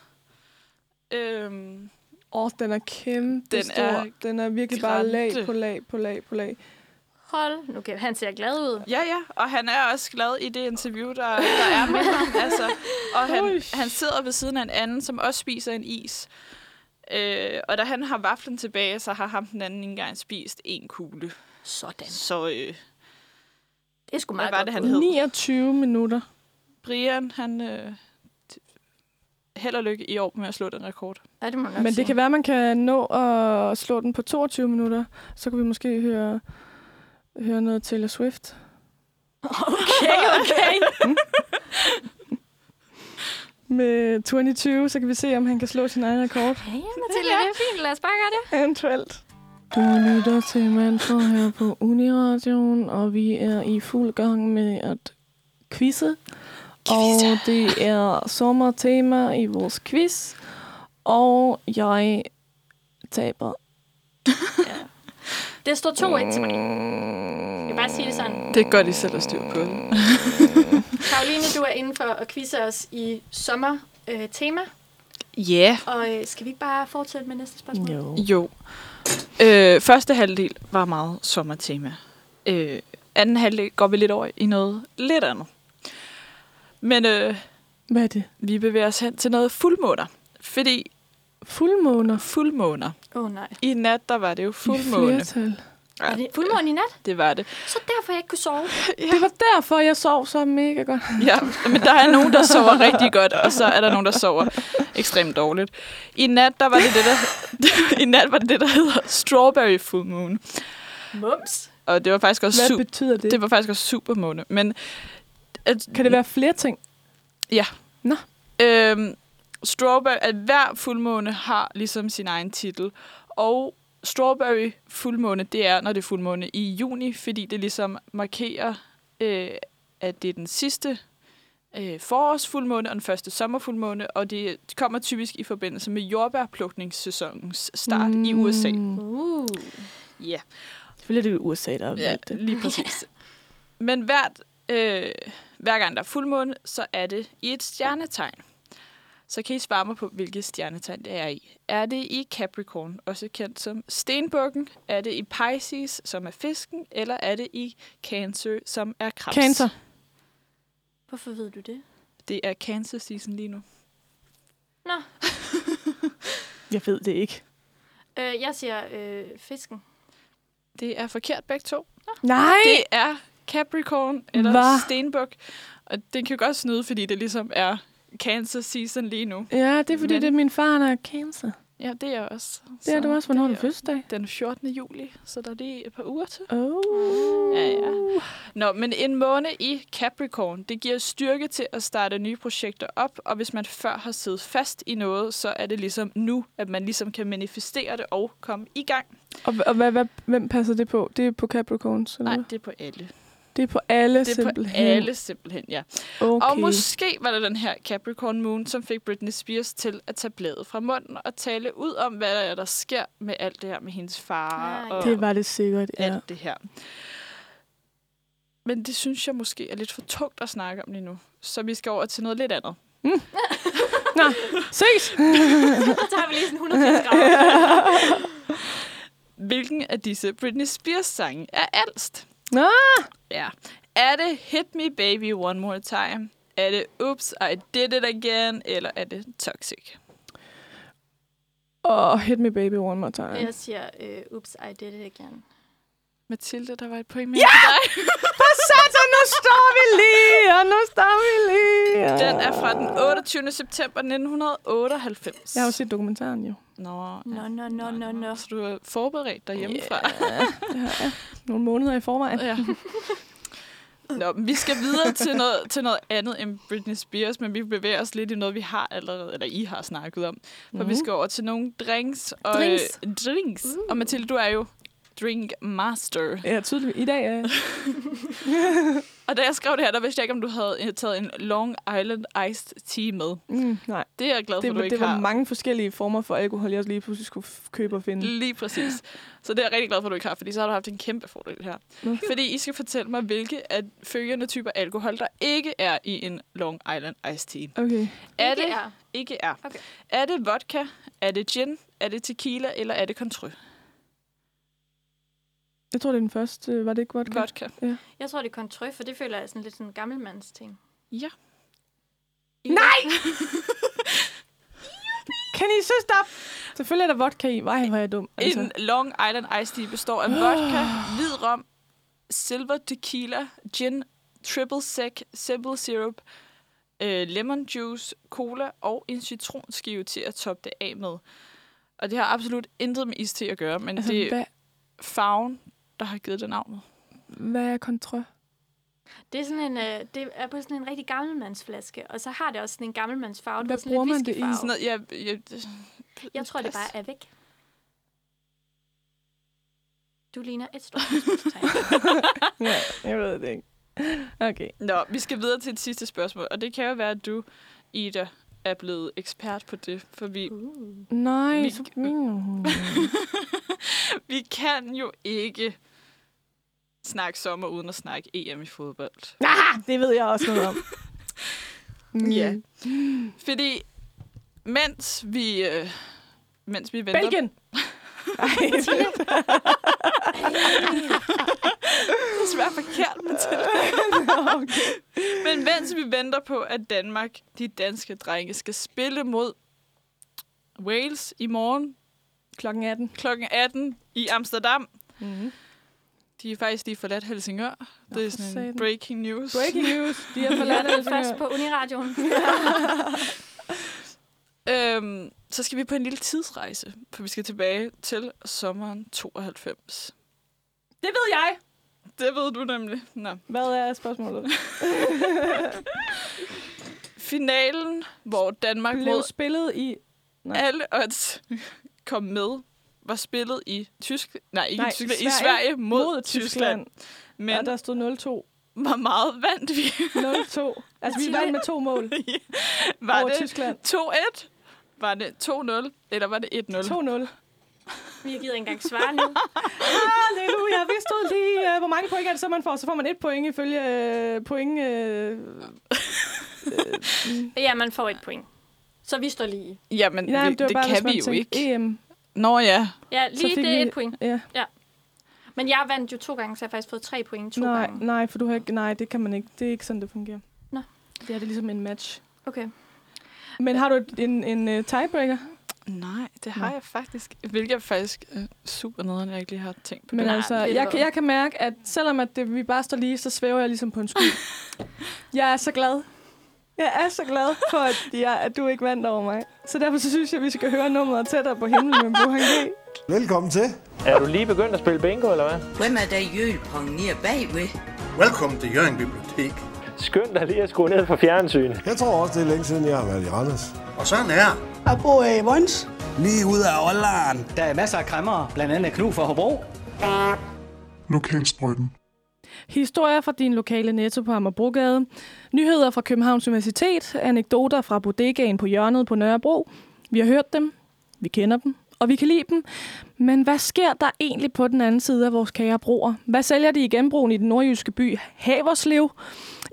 O: Øhm,
B: Åh, den er kæmpe den
O: Den
B: stor. Er
O: er
B: den er virkelig bare lag
O: grande.
B: på lag på lag på lag.
C: Hold, nu kan han ser glad ud.
O: ja, ja, og han er også glad i det interview, der, der er med ham. Altså, og han, han sidder ved siden af en anden, som også spiser en is. Øh, og da han har vaflen tilbage, så har ham den anden ikke engang spist en kugle.
C: Sådan.
O: Så øh,
C: det er sgu
O: meget hvad var det, han hed?
B: 29 minutter.
O: Brian, han øh, t- held og lykke i år med at slå den rekord.
C: Ja, det må man nok
B: Men
C: sige.
B: det kan være, man kan nå at slå den på 22 minutter. Så kan vi måske høre, høre noget Taylor Swift.
C: Okay, okay.
B: Med 22, så kan vi se, om han kan slå sin egen rekord.
C: Ja, ja, Mathilde, det er fint. Lad os bare gøre det.
B: Eventuelt. Du lytter til Manfred her på Uniradioen, og vi er i fuld gang med at quizze. Og det er sommertema i vores quiz, og jeg taber.
C: Det står 2-1 til mig. Skal vi bare sige det sådan.
O: Mm. Det er godt, I selv har styr på det.
C: Karoline, du er inde for at quizze os i sommertema. Øh, tema.
O: Ja.
C: og øh, skal vi ikke bare fortsætte med næste spørgsmål?
O: Jo. Øh, første halvdel var meget sommertema. Øh, anden halvdel går vi lidt over i noget lidt andet. Men øh,
B: Hvad er det?
O: vi bevæger os hen til noget fuldmåner. Fordi...
B: Fuldmåner?
O: Fuldmåner.
C: Åh oh, nej.
O: I nat, der var det jo fuldmåne.
B: flertal.
O: Ja.
C: Var det fuldmåne i nat?
O: Det var det.
C: Så derfor jeg ikke kunne sove.
B: ja. Det var derfor, jeg sov så mega godt.
O: Ja, men der er nogen, der sover rigtig godt, og så er der nogen, der sover ekstremt dårligt. I nat, der var det det, der, i nat var det, det, der hedder Strawberry Full Moon.
C: Mums.
O: Og det var faktisk også
B: Hvad
O: super...
B: betyder det?
O: Det var faktisk også supermåne, men... At,
B: Kan det være flere ting?
O: Ja.
B: Nå.
O: Øhm, strawberry, at hver fuldmåne har ligesom sin egen titel. Og strawberry fuldmåne, det er, når det er fuldmåne i juni, fordi det ligesom markerer, øh, at det er den sidste øh, forårsfuldmåne og den første sommerfuldmåne, og det kommer typisk i forbindelse med jordbærplukningssæsonens start mm. i USA.
C: Uh.
O: Ja.
B: Selvfølgelig er det jo USA, der har
O: Ja,
B: valgt det.
O: lige præcis. Men hvert, øh, hver gang der er fuldmåne, så er det i et stjernetegn. Så kan I svare mig på, hvilket stjernetegn det er i. Er det i Capricorn, også kendt som stenbukken? Er det i Pisces, som er fisken? Eller er det i Cancer, som er krebs?
B: Cancer.
C: Hvorfor ved du det?
O: Det er Cancer season lige nu.
C: Nå,
B: Jeg ved det ikke.
C: øh, jeg siger øh, fisken.
O: Det er forkert begge to.
B: Nej!
O: Det er Capricorn, eller
B: Hva?
O: stenbuk. Og det kan jo godt snyde, fordi det ligesom er Cancer season lige nu.
B: Ja, det er fordi,
O: Men-
B: det er min far, der er cancer.
O: Ja, det er jeg også.
B: Det er
O: Så
B: du også. Hvornår er din fødselsdag?
O: Den 14. juli, så der er lige et par uger til.
B: Oh.
O: Ja, ja. Nå, men en måne i Capricorn, det giver styrke til at starte nye projekter op, og hvis man før har siddet fast i noget, så er det ligesom nu, at man ligesom kan manifestere det og komme i gang.
B: Og, og hvad, hvad, hvem passer det på? Det er på Capricorns? Eller?
O: Nej,
B: hvad?
O: det er på alle.
B: det er på alle
O: Det er på
B: simpelthen.
O: alle simpelthen, ja.
B: Okay.
O: Og måske var det den her Capricorn Moon, som fik Britney Spears til at tage bladet fra munden og tale ud om, hvad der, er, der sker med alt det her med hendes far.
B: Nej.
O: og
B: Det var det sikkert, ja.
O: alt det her. Men det synes jeg måske er lidt for tungt at snakke om lige nu. Så vi skal over til noget lidt andet.
B: Nå, ses!
C: Så har vi lige sådan 180 grader.
O: Hvilken af disse Britney Spears sange er ældst?
B: Nå!
O: Ja. Er det Hit Me Baby One More Time? Er det Oops, I Did It Again? Eller er det Toxic?
B: Og oh, hit me baby one more time.
C: Jeg siger, øh, ups, I did it again.
O: Mathilde, der var et point mere ja! til dig.
B: For satan, nu står vi lige, og nu står vi lige. og-
O: Den er fra den 28. september 1998.
B: Jeg har jo set dokumentaren, jo.
O: Nå,
C: Nå, nå, nå, nå, nå.
O: så du har forberedt dig hjemmefra.
B: Nogle måneder i forvejen.
O: Ja. Nå, men vi skal videre til noget, til noget andet end Britney Spears, men vi bevæger os lidt i noget, vi har allerede, eller I har snakket om. For mm-hmm. vi
B: Mhm.
O: skal over til nogle drinks. Og,
B: Drinks.
O: Øh, drinks. Uh. Og Mathilde, du er jo drink master.
B: Ja, tydeligvis. I dag er jeg
O: Og da jeg skrev det her, der vidste jeg ikke, om du havde øh, taget en Long Island Iced Tea med.
B: Mm, nej.
O: Det er jeg glad for,
B: Det,
O: du
B: var-
O: ikke
B: det var
O: har.
B: mange forskellige former for alkohol, jeg også lige pludselig skulle f- købe og finde.
O: Lige præcis. Så det er jeg rigtig glad for, at du ikke har, fordi så har du haft en kæmpe fordel her.
B: Nå.
O: Fordi I skal fortælle mig, hvilke af følgende typer alkohol, der ikke er i en Long Island Iced Tea.
B: Okay.
O: Er
C: Ikke
O: det,
C: er.
O: Ikke er.
C: Okay.
O: Er det vodka? Er det gin? Er det tequila? Eller er det contry?
B: Jeg tror, det er den første. Var det ikke vodka?
O: Vodka.
B: Ja.
C: Jeg tror, det er kontrø, for det føler jeg er sådan lidt sådan en gammelmands ting.
O: Ja.
B: Nej! kan I så stoppe? Selvfølgelig er der vodka i. Vej, hvor er jeg dum. Altså.
O: En Long Island Ice Tea består af vodka, hvid rom, silver tequila, gin, triple sec, simple syrup, øh, lemon juice, cola og en citronskive til at toppe det af med. Og det har absolut intet med iste at gøre, men
B: Altså,
O: altså, det er
B: hvad-
O: farven, der har givet det navnet.
B: Hvad er kontra?
C: Det er, sådan en, øh, det er på sådan en rigtig gammelmandsflaske, og så har det også sådan en gammelmandsfarve.
O: Hvad
C: er sådan lidt
O: bruger man det i?
C: whiskyfarve.
O: Sådan noget- jeg, jeg,
C: jeg tror, det
O: pas.
C: bare er væk. Du ligner et stort
B: ja, jeg ved det ikke. Okay.
O: Nå, vi skal videre til et sidste spørgsmål, og det kan jo være, at du, Ida, er blevet ekspert på det, for vi,
B: Nej,
O: Vi-
B: så mm. griner hun.
O: vi kan jo ikke snakke sommer uden at snakke EM i fodbold.
B: Ah, det ved jeg også noget om.
O: Ja. Fordi mens vi, øh, mens vi venter...
B: Belgien!
O: Det er svært forkert, men til. Men mens vi venter på, at Danmark, de danske drenge, skal spille mod Wales i morgen
B: Klokken 18.
O: klokken 18 i Amsterdam. Mm-hmm. De er faktisk lige forladt Helsingør. det
B: for
O: er sådan en
B: satan.
O: breaking news.
B: Breaking news. De har forladt
C: forladt
B: Helsingør.
C: først på Uniradioen.
O: Øhm, så skal vi på en lille tidsrejse, for vi skal tilbage til sommeren 92.
B: Det ved jeg.
O: Det ved du nemlig. Nå.
B: Hvad er spørgsmålet?
O: Finalen, hvor Danmark
B: Blev
O: mod
B: spillet i...
O: alle odds kom med, var spillet i Tysk... Nej, ikke
B: Nej,
O: i Tyskland, Sverige. i Sverige mod, mod Tyskland.
B: Men... Og
O: Men
B: der stod 0-2.
O: hvor meget vandt vi?
B: 0-2. Altså, vi vandt med to mål.
O: Var
B: Over
O: det
B: Tyskland.
O: 2-1? Var det 2-0? Eller var det 1-0?
B: 2-0.
C: Vi gider ikke engang svare nu.
B: Halleluja, vi stod lige, øh, hvor mange point er det så, man får? Så får man et point ifølge øh, point... Øh,
C: Ja, man får et point. Så vi står lige.
O: Jamen,
B: nej,
O: vi,
B: det, var
O: det
B: bare, hvis
O: kan
B: man
O: vi jo
B: tænkte
O: ikke.
B: EM.
O: Nå ja.
C: Ja,
B: Så
C: lige
B: fik
C: det er
B: vi-
C: et point.
B: Ja.
C: ja. Men jeg vandt jo to gange, så jeg har faktisk fået tre point to
B: nej,
C: gange.
B: nej, for du har ikke... Nej, det kan man ikke. Det er ikke sådan, det fungerer.
C: Nå.
B: Det er det ligesom en match.
C: Okay.
B: Men har du et- en, en uh, tiebreaker?
O: Nej, det har jeg faktisk. Hvilket er faktisk øh, super nederen, jeg ikke lige har tænkt på.
B: Men
O: det.
B: altså, jeg, kan, jeg kan mærke, at selvom at det, vi bare står lige, så svæver jeg ligesom på en sky. jeg er så glad. Jeg er så glad for, at, jeg, at du ikke vandt over mig. Så derfor så synes jeg, at vi skal høre nummeret tættere på himlen med Burhan G.
P: Velkommen til. Er du lige begyndt at spille bingo, eller hvad?
Q: Hvem er der i jølpongen bagved?
P: Velkommen til Jørgen Bibliotek. Skønt at lige at skrue ned for fjernsyn. Jeg tror også, det er længe siden, jeg har været i Randers. Og sådan er.
R: Jeg bor i Vons. Lige ude af Ålderen. Der er masser af kræmmer, blandt andet Knud fra Hobro.
S: Lokalsprøjten.
B: Historier fra din lokale netto på Amagerbrogade. Nyheder fra Københavns Universitet. Anekdoter fra bodegaen på hjørnet på Nørrebro. Vi har hørt dem. Vi kender dem. Og vi kan lide dem. Men hvad sker der egentlig på den anden side af vores kære broer? Hvad sælger de i genbrugen i den nordjyske by Haverslev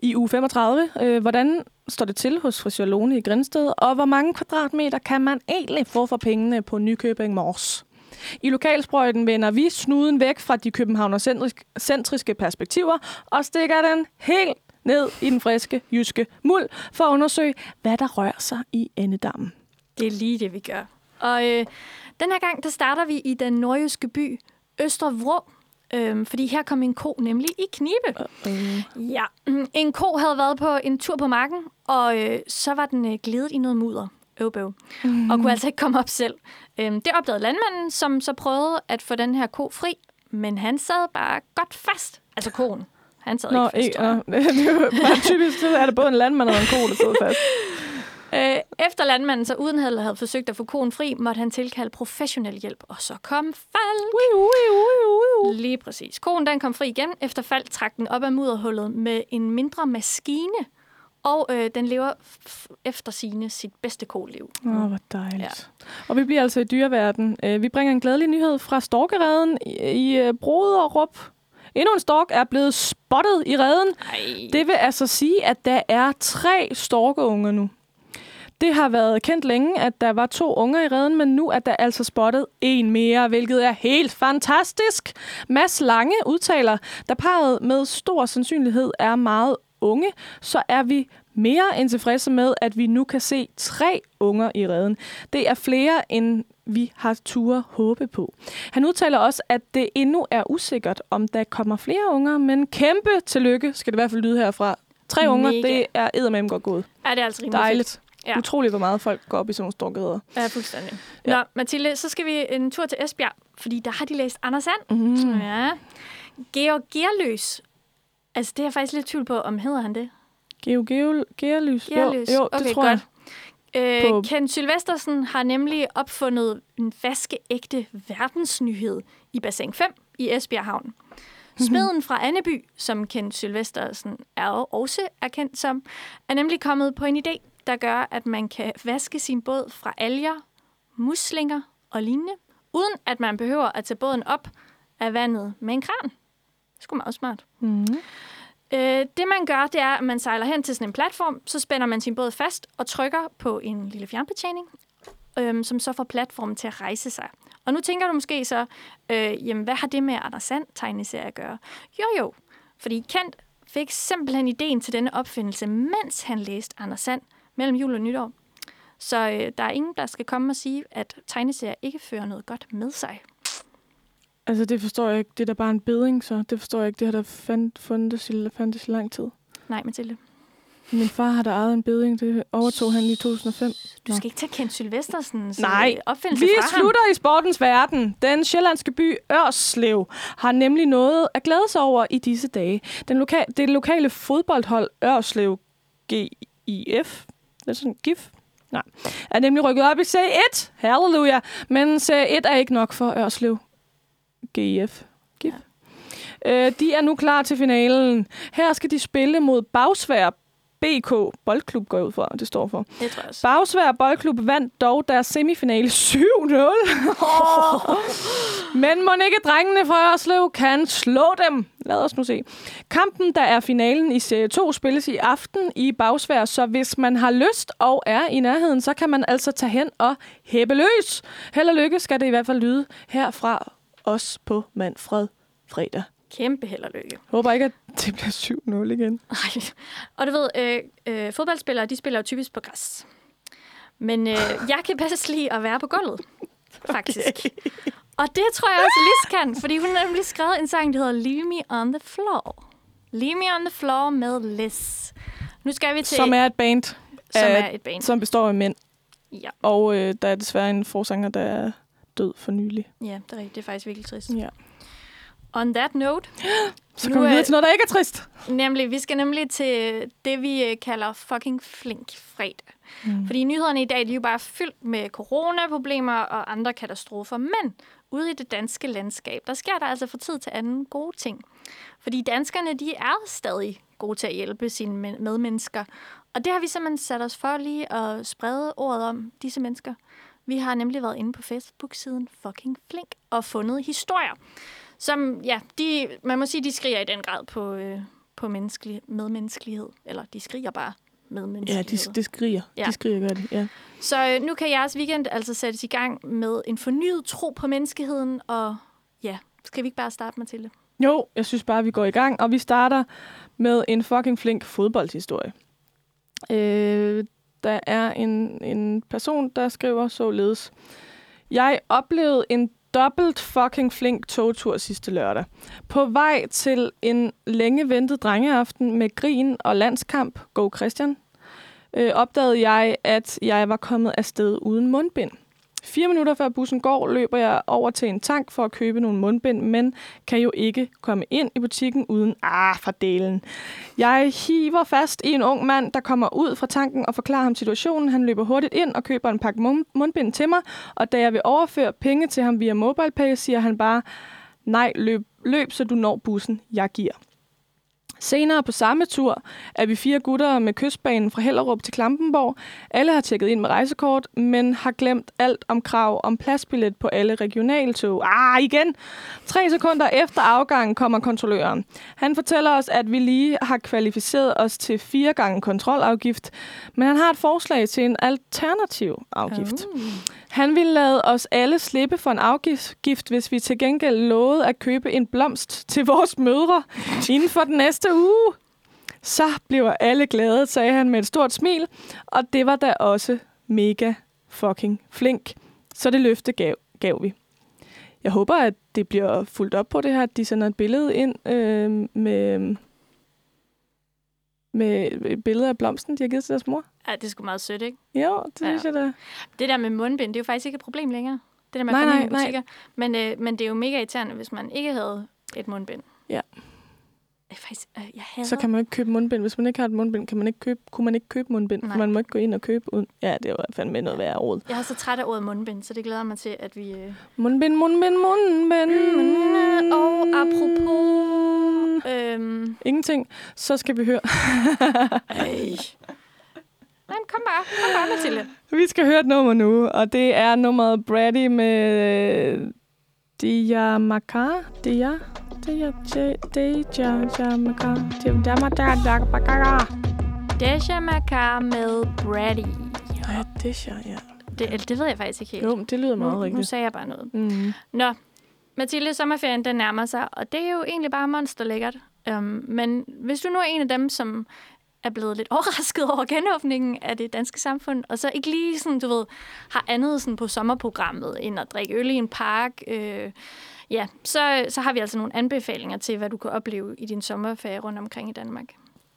B: i uge 35? Øh, Hvordan står det til hos frisør Lone i Grindsted? Og hvor mange kvadratmeter kan man egentlig få for pengene på Nykøbing Mors? I lokalsprøjten vender vi snuden væk fra de københavnercentriske perspektiver og stikker den helt ned i den friske jyske muld for at undersøge, hvad der rører sig i endedammen.
C: Det er lige det, vi gør. Og øh, den her gang, der starter vi i den nordjyske by Øster Vrå, øhm, fordi her kom en ko nemlig i knibe. Ja, mm, en ko havde været på en tur på marken, og øh, så var den øh, glædet i noget mudder. Øvbøv. Mm. Og kunne altså ikke komme op selv. Øhm, det opdagede landmanden, som så prøvede at få den her ko fri, men han sad bare godt fast. Altså koen. Han sad ikke fast. tror jeg.
B: nå, det var bare typisk, så er det både en landmand og en ko, der sidder fast.
C: Øh, efter landmanden så uden held havde forsøgt at få konen fri, måtte han tilkalde professionel hjælp, og så kom Falk. Lige præcis. Konen den kom fri igen. Efter Falk trak den op af mudderhullet med en mindre maskine, og øh, den lever f- efter sine sit bedste koliv.
B: Åh, oh, hvor dejligt. Ja. Og vi bliver altså i dyreverden. Øh, Vi bringer en glædelig nyhed fra storkereden i- i øh, Broderup. Endnu en stork er blevet spottet i reden.
C: Ej.
B: Det vil altså sige, at der er tre storkeunger nu. Det har været kendt længe, at der var to unger i reden, men nu er der altså spottet en mere, hvilket er helt fantastisk. Mads Lange udtaler, der parret med stor sandsynlighed er meget unge, så er vi mere end tilfredse med, at vi nu kan se tre unger i redden. Det er flere, end vi har ture håbe på. Han udtaler også, at det endnu er usikkert, om der kommer flere unger, men kæmpe tillykke skal det i hvert fald lyde herfra. Tre
C: Mega.
B: unger, det er eddermame godt gået.
C: Ja, det er altså rimelig
B: Dejligt.
C: fedt.
B: Ja.
C: Ja.
B: Utroligt, hvor meget folk går op i sådan nogle storkæder.
C: Ja, fuldstændig. Ja. Nå, Mathilde, så skal vi en tur til Esbjerg, fordi der har de læst Anders Sand.
B: Mm.
C: Ja. Georg Gerløs. Altså, det er jeg faktisk lidt i tvivl på, om hedder han det?
B: Geo, geo, gearlys.
C: Gearløs.
B: Jo, jo
C: okay,
B: det tror
C: godt.
B: jeg.
C: Øh,
B: På-
C: Ken Sylvestersen har nemlig opfundet en vaskeægte verdensnyhed i Bassin 5 i Esbjerg Havn.
B: Mhm.
C: Smeden fra Anneby, som Ken Sylvestersen er også er kendt som, er nemlig kommet på en idé, der gør, at man kan vaske sin båd fra alger, muslinger og lignende, uden at man behøver at tage båden op af vandet med en kran. Det skulle meget smart.
B: Mm.
C: Øh, det man gør, det er, at man sejler hen til sådan en platform, så spænder man sin båd fast og trykker på en lille fjernbetjening, øhm, som så får platformen til at rejse sig. Og nu tænker du måske så, øh, jamen hvad har det med Anders Sand tegneserie at gøre? Jo jo, fordi Kent fik simpelthen ideen til denne opfindelse, mens han læste Anders Sand mellem jul og nytår. Så øh, der er ingen, der skal komme og sige, at tegneserier ikke fører noget godt med sig.
B: Altså, det forstår jeg ikke. Det er da bare en beding, så. Det forstår jeg ikke. Det har der fandt, fundet, i, fandt i lang tid.
C: Nej, Mathilde.
B: Min far har da ejet en beding. Det overtog han i 2005.
C: Du skal ikke tage Kent Sylvestersens øh,
B: Nej,
C: opfindelse
B: vi
C: fra ham.
B: slutter i sportens verden. Den sjællandske by Ørslev har nemlig noget at glæde sig over i disse dage. Den loka- det lokale fodboldhold Ørslev GIF, det er sådan GIF, nej, er nemlig rykket op i C1, halleluja, men C1 er ikke nok for Ørslev GIF. GIF. Øh, de er nu klar til finalen. Her skal de spille mod Bagsvær BK Boldklub går jeg ud fra, det står for.
C: Det tror jeg også.
B: Bagsvær Boldklub vandt dog deres semifinale 7-0. Men må ikke drengene fra Ørslev kan slå dem. Lad os nu se. Kampen, der er finalen i Serie 2, spilles i aften i Bagsvær, så hvis man har lyst og er i nærheden, så kan man altså tage hen og hæppe løs. Held og lykke skal det i hvert fald lyde herfra os på Manfred fredag.
C: Kæmpe held og lykke.
B: Håber ikke, at det bliver 7-0 igen.
C: Nej. Og du ved, øh, øh, fodboldspillere, de spiller jo typisk på græs. Men øh, jeg kan bedst lide at være på gulvet, faktisk. Og det tror jeg også, Lis kan, fordi hun har nemlig skrevet en sang, der hedder Leave Me On The Floor. Leave Me On The Floor med Liz. Nu skal vi til...
B: Som er et band.
C: Som
B: af-
C: er et band.
B: Som består af mænd.
C: Ja.
B: Og øh, der er desværre en forsanger, der er død for nylig.
C: Ja, det er rigtigt. Det er faktisk virkelig trist.
B: Ja.
C: On that note...
B: Så
C: nu
B: kommer vi videre
C: er-
B: til noget, der ikke er trist.
C: Nemlig, vi skal nemlig til det, vi øh, kalder fucking flink fredag. Mm. Fordi nyhederne i dag, de er jo bare fyldt med coronaproblemer og andre katastrofer. Men ude i det danske landskab, der sker der altså fra tid til anden gode ting. Fordi danskerne, de er stadig gode til at hjælpe sine men- medmennesker. Og det har vi simpelthen sat os for lige at sprede ordet om disse mennesker. Vi har nemlig været inde på Facebook-siden Fucking Flink og fundet historier, som, ja, de, man må sige, de skriger i den grad på, øh, på menneskelig, medmenneskelighed. Eller de skriger bare
B: Ja, de,
C: medmenneskelighed.
B: de skriger. Ja.
C: Ja.
B: De skriger, gør de. Ja.
C: Så øh, nu kan jeres weekend altså sættes i gang med en fornyet tro på menneskeheden, og ja, skal vi ikke bare starte, Mathilde?
B: Jo, jeg synes bare, vi går i gang, og vi starter med en fucking flink fodboldhistorie. Øh, der er en, en person, der skriver således. Jeg oplevede en dobbelt fucking flink togtur sidste lørdag. På vej til en længe ventet drengeaften med grin og landskamp, Go Christian, øh, opdagede jeg, at jeg var kommet afsted uden mundbind. Fire minutter før bussen går, løber jeg over til en tank for at købe nogle mundbind, men kan jo ikke komme ind i butikken uden ah, fra delen. Jeg hiver fast i en ung mand, der kommer ud fra tanken og forklarer ham situationen. Han løber hurtigt ind og køber en pakke mund- mundbind til mig, og da jeg vil overføre penge til ham via MobilePay, siger han bare, nej, løb, løb så du når bussen, jeg giver. Senere på samme tur er vi fire gutter med kystbanen fra Hellerup til Klampenborg. Alle har tjekket ind med rejsekort, men har glemt alt om krav om pladsbillet på alle regionaltog. Ah, igen! Tre sekunder efter afgangen kommer kontrolløren. Han fortæller os, at vi lige har kvalificeret os til fire gange kontrolafgift, men han har et forslag til en alternativ afgift.
C: Oh.
B: Han ville lade os alle slippe for en afgift, hvis vi til gengæld lovede at købe en blomst til vores mødre inden for den næste uge. Så bliver alle glade, sagde han med et stort smil, og det var da også mega fucking flink. Så det løfte gav, gav vi. Jeg håber, at det bliver fuldt op på det her, at de sender et billede ind øh, med, med et billede af blomsten, de har givet til deres mor.
C: Ja, det er sgu meget sødt, ikke?
B: Jo, det synes jeg da.
C: Det der med mundbind, det er jo faktisk ikke et problem længere. Det der med
B: Nej,
C: at komme
B: nej,
C: ind i
B: nej.
C: butikker. Men, øh, men det er jo mega irriterende, hvis man ikke havde et mundbind.
B: Ja.
C: Jeg, faktisk, øh, jeg hader
B: Så kan man jo ikke købe mundbind. Hvis man ikke har et mundbind, kan man ikke købe, kunne man ikke købe mundbind.
C: Nej.
B: Nej. Man må ikke gå ind og købe uden. Ja, det var fandme noget værre råd.
C: Jeg er så træt af ordet mundbind, så det glæder mig til, at vi... Øh...
B: Mundbind, mundbind, mundbind.
C: Mm, Og apropos... Øhm...
B: Ingenting. Så skal vi høre.
C: Nej, men kom bare. Kom bare, Mathilde.
B: vi skal høre et nummer nu, og det er nummeret Bratty med øh, Dia Makar. Dia? Dia, Dia, Dia, Dia Makar. Dia, Dia, Dia, Dia, Makar.
C: Desha Makar med Bratty.
B: Ja, Desha, ja.
C: Det, eller det ved jeg faktisk ikke helt.
B: Jo, men det lyder meget
C: nu, Nu
B: rigtigt.
C: sagde jeg bare noget.
B: Mm.
C: Nå, Mathilde, sommerferien den nærmer sig, og det er jo egentlig bare monsterlækkert. Um, men hvis du nu er en af dem, som er blevet lidt overrasket over genåbningen af det danske samfund, og så ikke lige sådan, du ved, har andet sådan på sommerprogrammet end at drikke øl i en park, øh, ja, så, så har vi altså nogle anbefalinger til, hvad du kan opleve i din sommerferie rundt omkring i Danmark.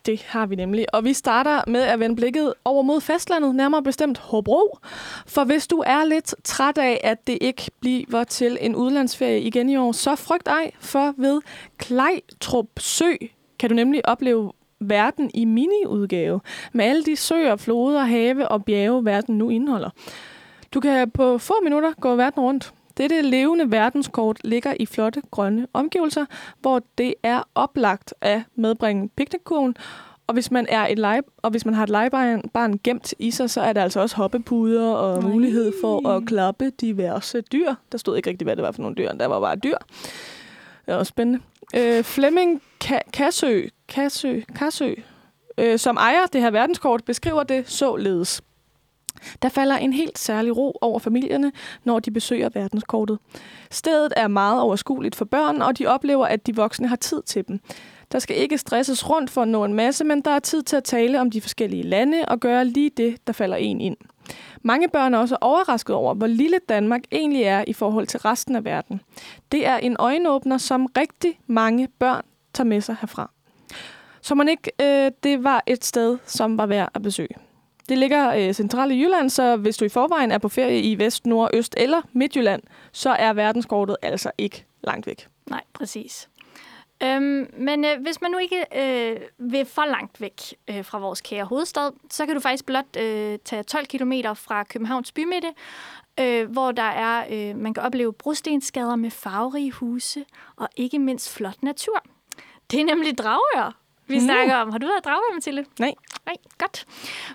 B: Det har vi nemlig. Og vi starter med at vende blikket over mod fastlandet, nærmere bestemt Hobro. For hvis du er lidt træt af, at det ikke bliver til en udlandsferie igen i år, så frygt ej, for ved Klejtrup Sø kan du nemlig opleve verden i miniudgave, med alle de søer, floder, have og bjerge, verden nu indeholder. Du kan på få minutter gå verden rundt. Dette levende verdenskort ligger i flotte grønne omgivelser, hvor det er oplagt at medbringe piknikkurven. Og hvis man er et lege, og hvis man har et legebarn barn gemt i sig, så er der altså også hoppepuder og mulighed for at klappe diverse dyr. Der stod ikke rigtig, hvad det var for nogle dyr. Der var bare dyr. Det var også spændende. Øh, Flemming Ka- Kassø, Kassø, Kassø øh, som ejer det her verdenskort, beskriver det således. Der falder en helt særlig ro over familierne, når de besøger verdenskortet. Stedet er meget overskueligt for børn, og de oplever, at de voksne har tid til dem. Der skal ikke stresses rundt for at nå en masse, men der er tid til at tale om de forskellige lande og gøre lige det, der falder en ind. Mange børn er også overrasket over, hvor lille Danmark egentlig er i forhold til resten af verden. Det er en øjenåbner, som rigtig mange børn tager med sig herfra. Så man ikke, øh, det var et sted, som var værd at besøge. Det ligger øh, centralt i Jylland, så hvis du i forvejen er på ferie i Vest, Nord, Øst eller Midtjylland, så er verdenskortet altså ikke langt væk.
C: Nej, præcis. Øhm, men øh, hvis man nu ikke øh, vil for langt væk øh, fra vores kære hovedstad, så kan du faktisk blot øh, tage 12 km fra Københavns bymidte, øh, hvor der er, øh, man kan opleve brostensgader med farverige huse og ikke mindst flot natur. Det er nemlig Dragør, vi
I: Mm.
C: snakker om. Har du været i Dragør, Mathilde?
B: Nej.
C: Nej, godt.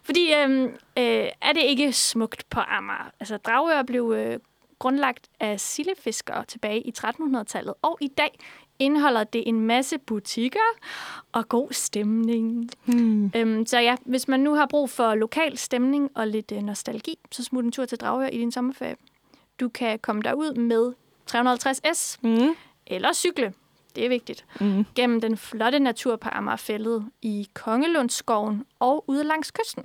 C: Fordi øhm, øh, er det ikke smukt på Amager? Altså, Dragør blev øh, grundlagt af sildefiskere tilbage i 1300-tallet, og i dag indeholder det en masse butikker og god stemning.
B: Hmm.
C: Øhm, så ja, hvis man nu har brug for lokal stemning og lidt øh, nostalgi, så smut en tur til Dragør i din sommerferie. Du kan komme derud med 350S
B: mm.
C: eller cykle. Det er vigtigt
B: Mm.
C: gennem den flotte natur på Amagerfællet i Kongelundsskoven og ude langs kysten.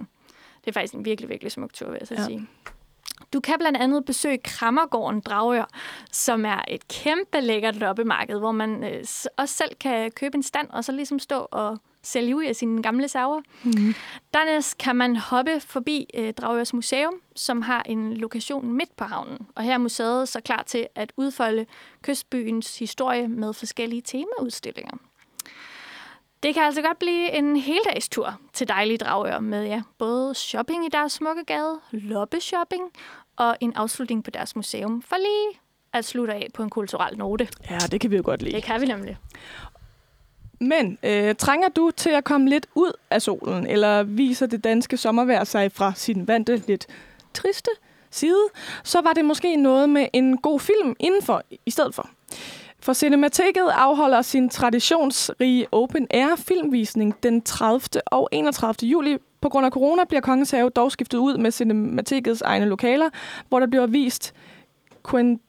C: Det er faktisk en virkelig, virkelig smuk tur, vil jeg så ja.
I: Ja.
C: sige. Du kan blandt andet besøge Krammergården Dragør, som er et kæmpe lækkert loppemarked, hvor man øh, s- også selv kan købe en stand og så ligesom stå og sælge ud af sine gamle saver.
I: Mm.
C: Dernæst kan man hoppe forbi øh, Dragørs Museum, som har en lokation midt på havnen. Og her er museet så klar til at udfolde kystbyens historie med forskellige temaudstillinger. Det kan altså godt blive en heldagstur til dejlige Dragør med ja, både shopping i deres smukke gade, loppeshopping og en afslutning på deres museum for lige at slutte af på en kulturel note.
B: Ja, det kan vi jo godt lide.
C: Det kan vi nemlig.
B: Men øh, trænger du til at komme lidt ud af solen, eller viser det danske sommervejr sig fra sin vante lidt triste side, så var det måske noget med en god film indenfor i stedet for. For Cinemateket afholder sin traditionsrige Open Air filmvisning den 30. og 31. juli. På grund af corona bliver Kongens Have dog skiftet ud med Cinematekets egne lokaler, hvor der bliver vist Quen-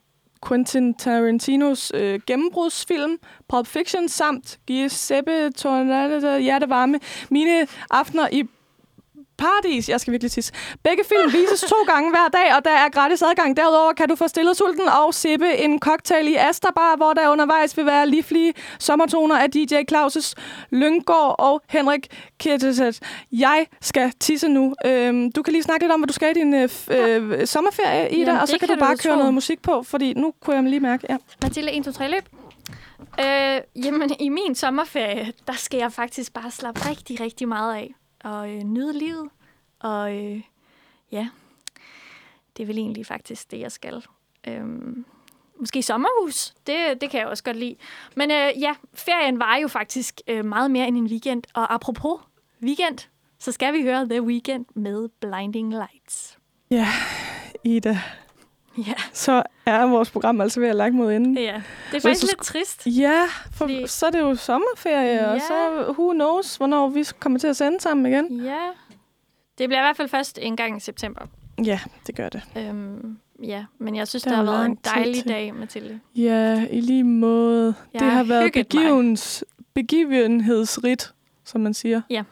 B: Quentin Tarantinos øh, gennembrudsfilm Pulp Fiction samt Giuseppe Tornado Hjertevarme Mine aftener i Paradis. Jeg skal virkelig tisse. Begge film vises to gange hver dag, og der er gratis adgang. Derudover kan du få stillet sulten og sippe en cocktail i Asta Bar, hvor der undervejs vil være livlige sommertoner af DJ Claus' Lyngård og Henrik Kirteset. Jeg skal tisse nu. Øhm, du kan lige snakke lidt om, hvad du skal i din øh, f- øh, sommerferie, Ida,
C: Jamen,
B: og så
C: det
B: kan,
C: kan
B: du
C: du
B: bare
C: jo
B: køre
C: tro.
B: noget musik på, fordi nu kunne jeg lige mærke, ja.
C: Mathilde, 1, 2, 3, løb. Øh, jamen, i min sommerferie, der skal jeg faktisk bare slappe rigtig, rigtig meget af. Og øh, nyde livet. Og øh, ja, det er vel egentlig faktisk det, jeg skal. Øhm, måske sommerhus, det, det kan jeg også godt lide. Men øh, ja, ferien var jo faktisk øh, meget mere end en weekend. Og apropos weekend, så skal vi høre The Weekend med Blinding Lights.
B: Ja, Ida.
C: Ja.
B: Så er vores program altså ved at lagt mod enden.
C: Ja, det er
B: Hvis du
C: faktisk lidt
B: sku-
C: trist.
B: Ja, for så er det jo sommerferie, ja.
C: Ja.
B: og så who knows, hvornår vi kommer til at sende sammen igen.
C: Ja, det bliver i hvert fald først en gang i september.
B: Ja, det gør det.
C: Øhm, ja, men jeg synes,
B: Der
C: der, har
B: er
C: været en
B: lang tid
C: dejlig
B: til.
C: dag, Mathilde.
B: Ja, i lige måde.
C: Jeg
B: det
C: har
B: har været
C: hygget mig.
B: begivens, begivenhedsrigt, som man siger.
C: Ja.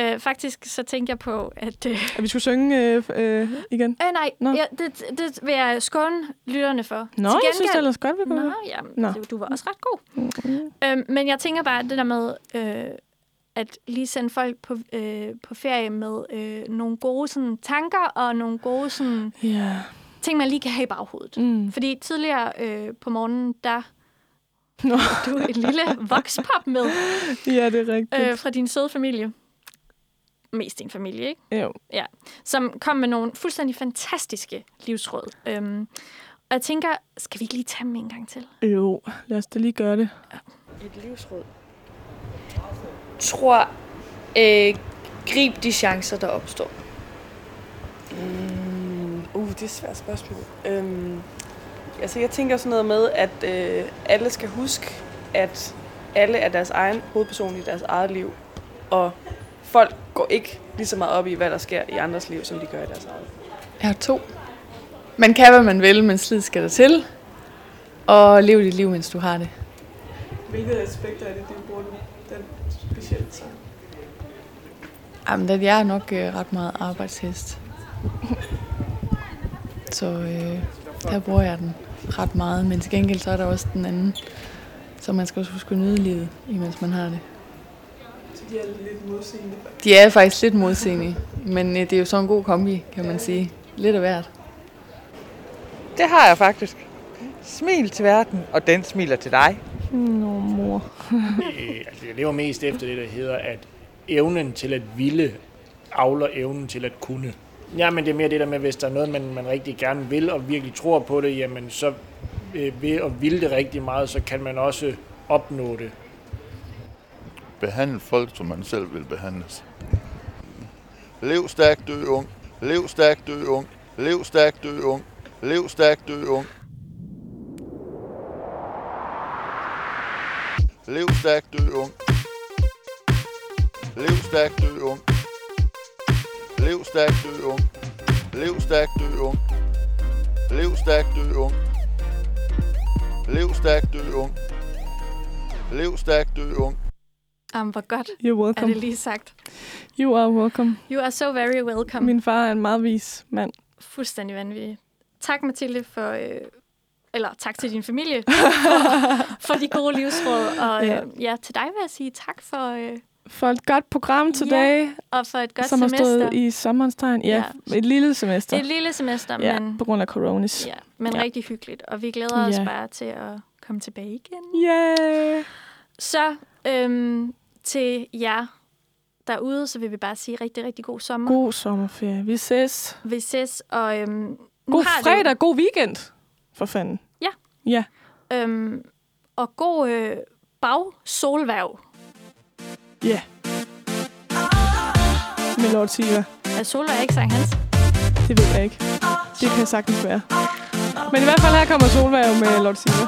C: Øh, faktisk så tænkte jeg på, at... Øh,
B: At vi skulle synge øh, øh, igen.
C: øh, nej, ja, det, det vil jeg skåne lytterne for. Nå,
B: jeg synes ellers godt, vi kunne
C: Nå,
B: høre. Mm.
C: jamen,
B: Nå.
C: Du, du var også ret god. Øhm, men jeg tænker bare, at det der med øh, at lige sende folk på, øh, på ferie med øh, nogle gode sådan, tanker og nogle gode sådan,
B: Ja.
C: ting, man lige kan have i baghovedet.
B: Mm.
C: Fordi tidligere øh, på morgenen, der
B: Nå.
C: du en lille vokspop med
B: Ja, det er rigtigt.
C: øh, fra din søde familie. Mest din familie, ikke?
B: Øh, jo.
C: Ja, som kom med nogle fuldstændig fantastiske livsråd. Øhm, og jeg tænker, skal vi ikke lige tage dem en gang til?
B: jo, lad os da lige gøre det.
I: Et livsråd. Tror, øh, grib de chancer, der opstår.
J: Mm, uh, det er et svært spørgsmål. Øhm, altså, jeg tænker sådan noget med, at øh, alle skal huske, at alle er deres egen hovedperson i deres eget liv. Og folk går ikke lige så meget op i, hvad der sker i andres liv, som de gør i deres eget.
K: Jeg har to. Man kan, hvad man vil, men slid skal der til. Og lev dit liv, mens du har det.
J: Hvilket aspekt er det, de bruger den specielt så?
K: Jamen, den- jeg er nok øh, ret meget arbejdshest. Så øh, der bruger jeg den ret meget. Men til gengæld så er der også den anden. Så man skal også huske at nyde livet, imens man har det.
J: Så de er lidt modsigende.
K: De er faktisk lidt modsigende, men øh, det er jo sådan en god kombi, kan man sige. Lidt af hvert.
L: Det har jeg faktisk. Smil til verden, og den smiler til dig.
B: Nå, mor.
M: Øh, altså, jeg lever mest efter det, der hedder, at evnen til at ville avler evnen til at kunne. Ja, men det er mere det der med, hvis der er noget, man, man rigtig gerne vil og virkelig tror på det, jamen så øh, ved at ville det rigtig meget, så kan man også opnå det.
N: Behandle folk, som man selv vil behandles. Lev stærkt, dø ung. Lev stærkt, dø ung. Lev stærkt, dø ung. Lev stærkt, dø ung. Lev stærkt, dø ung. Lev stærkt, dø ung. Lev stærkt, dø ung. Lev stærkt, dø ung. Lev stærkt, dø ung. Lev stærkt, dø ung. Lev stærkt, dø ung.
C: Jamen, hvor godt
B: You're
C: er
B: welcome.
C: det lige sagt.
B: You are welcome.
C: You are so very welcome.
B: Min far er en meget vis mand.
C: Fuldstændig vanvittig. Tak, Mathilde, for... Øh, eller tak til din familie for, for de gode livsråd. Og
B: Ja.
C: øh, ja, til dig vil jeg sige tak for... Øh,
B: For et godt program today,
C: Ja, og for et godt
B: som
C: semester.
B: har stået i sommerens tegn. Ja,
C: Ja.
B: et lille semester.
C: Et lille semester,
B: ja,
C: men-
B: på grund af coronis.
C: Ja, men ja. rigtig hyggeligt. Og vi glæder ja.
B: Ja.
C: os bare til at komme tilbage igen.
B: Yeah.
C: Så øhm, til jer derude, så vil vi bare sige rigtig, rigtig god sommer.
B: God sommerferie. Vi ses.
C: Vi ses, og øhm, nu
B: God
C: har det jo-
B: fredag, god weekend. For fanden.
C: Ja.
B: Ja.
C: Øhm, og god øh, bagsolværv
B: Ja. Yeah. Med Lord Siva.
C: Er solværv ikke Sankt Hans?
B: Det ved jeg ikke. Det kan sagtens være. Men i hvert fald her kommer Solvær med Lord Siva.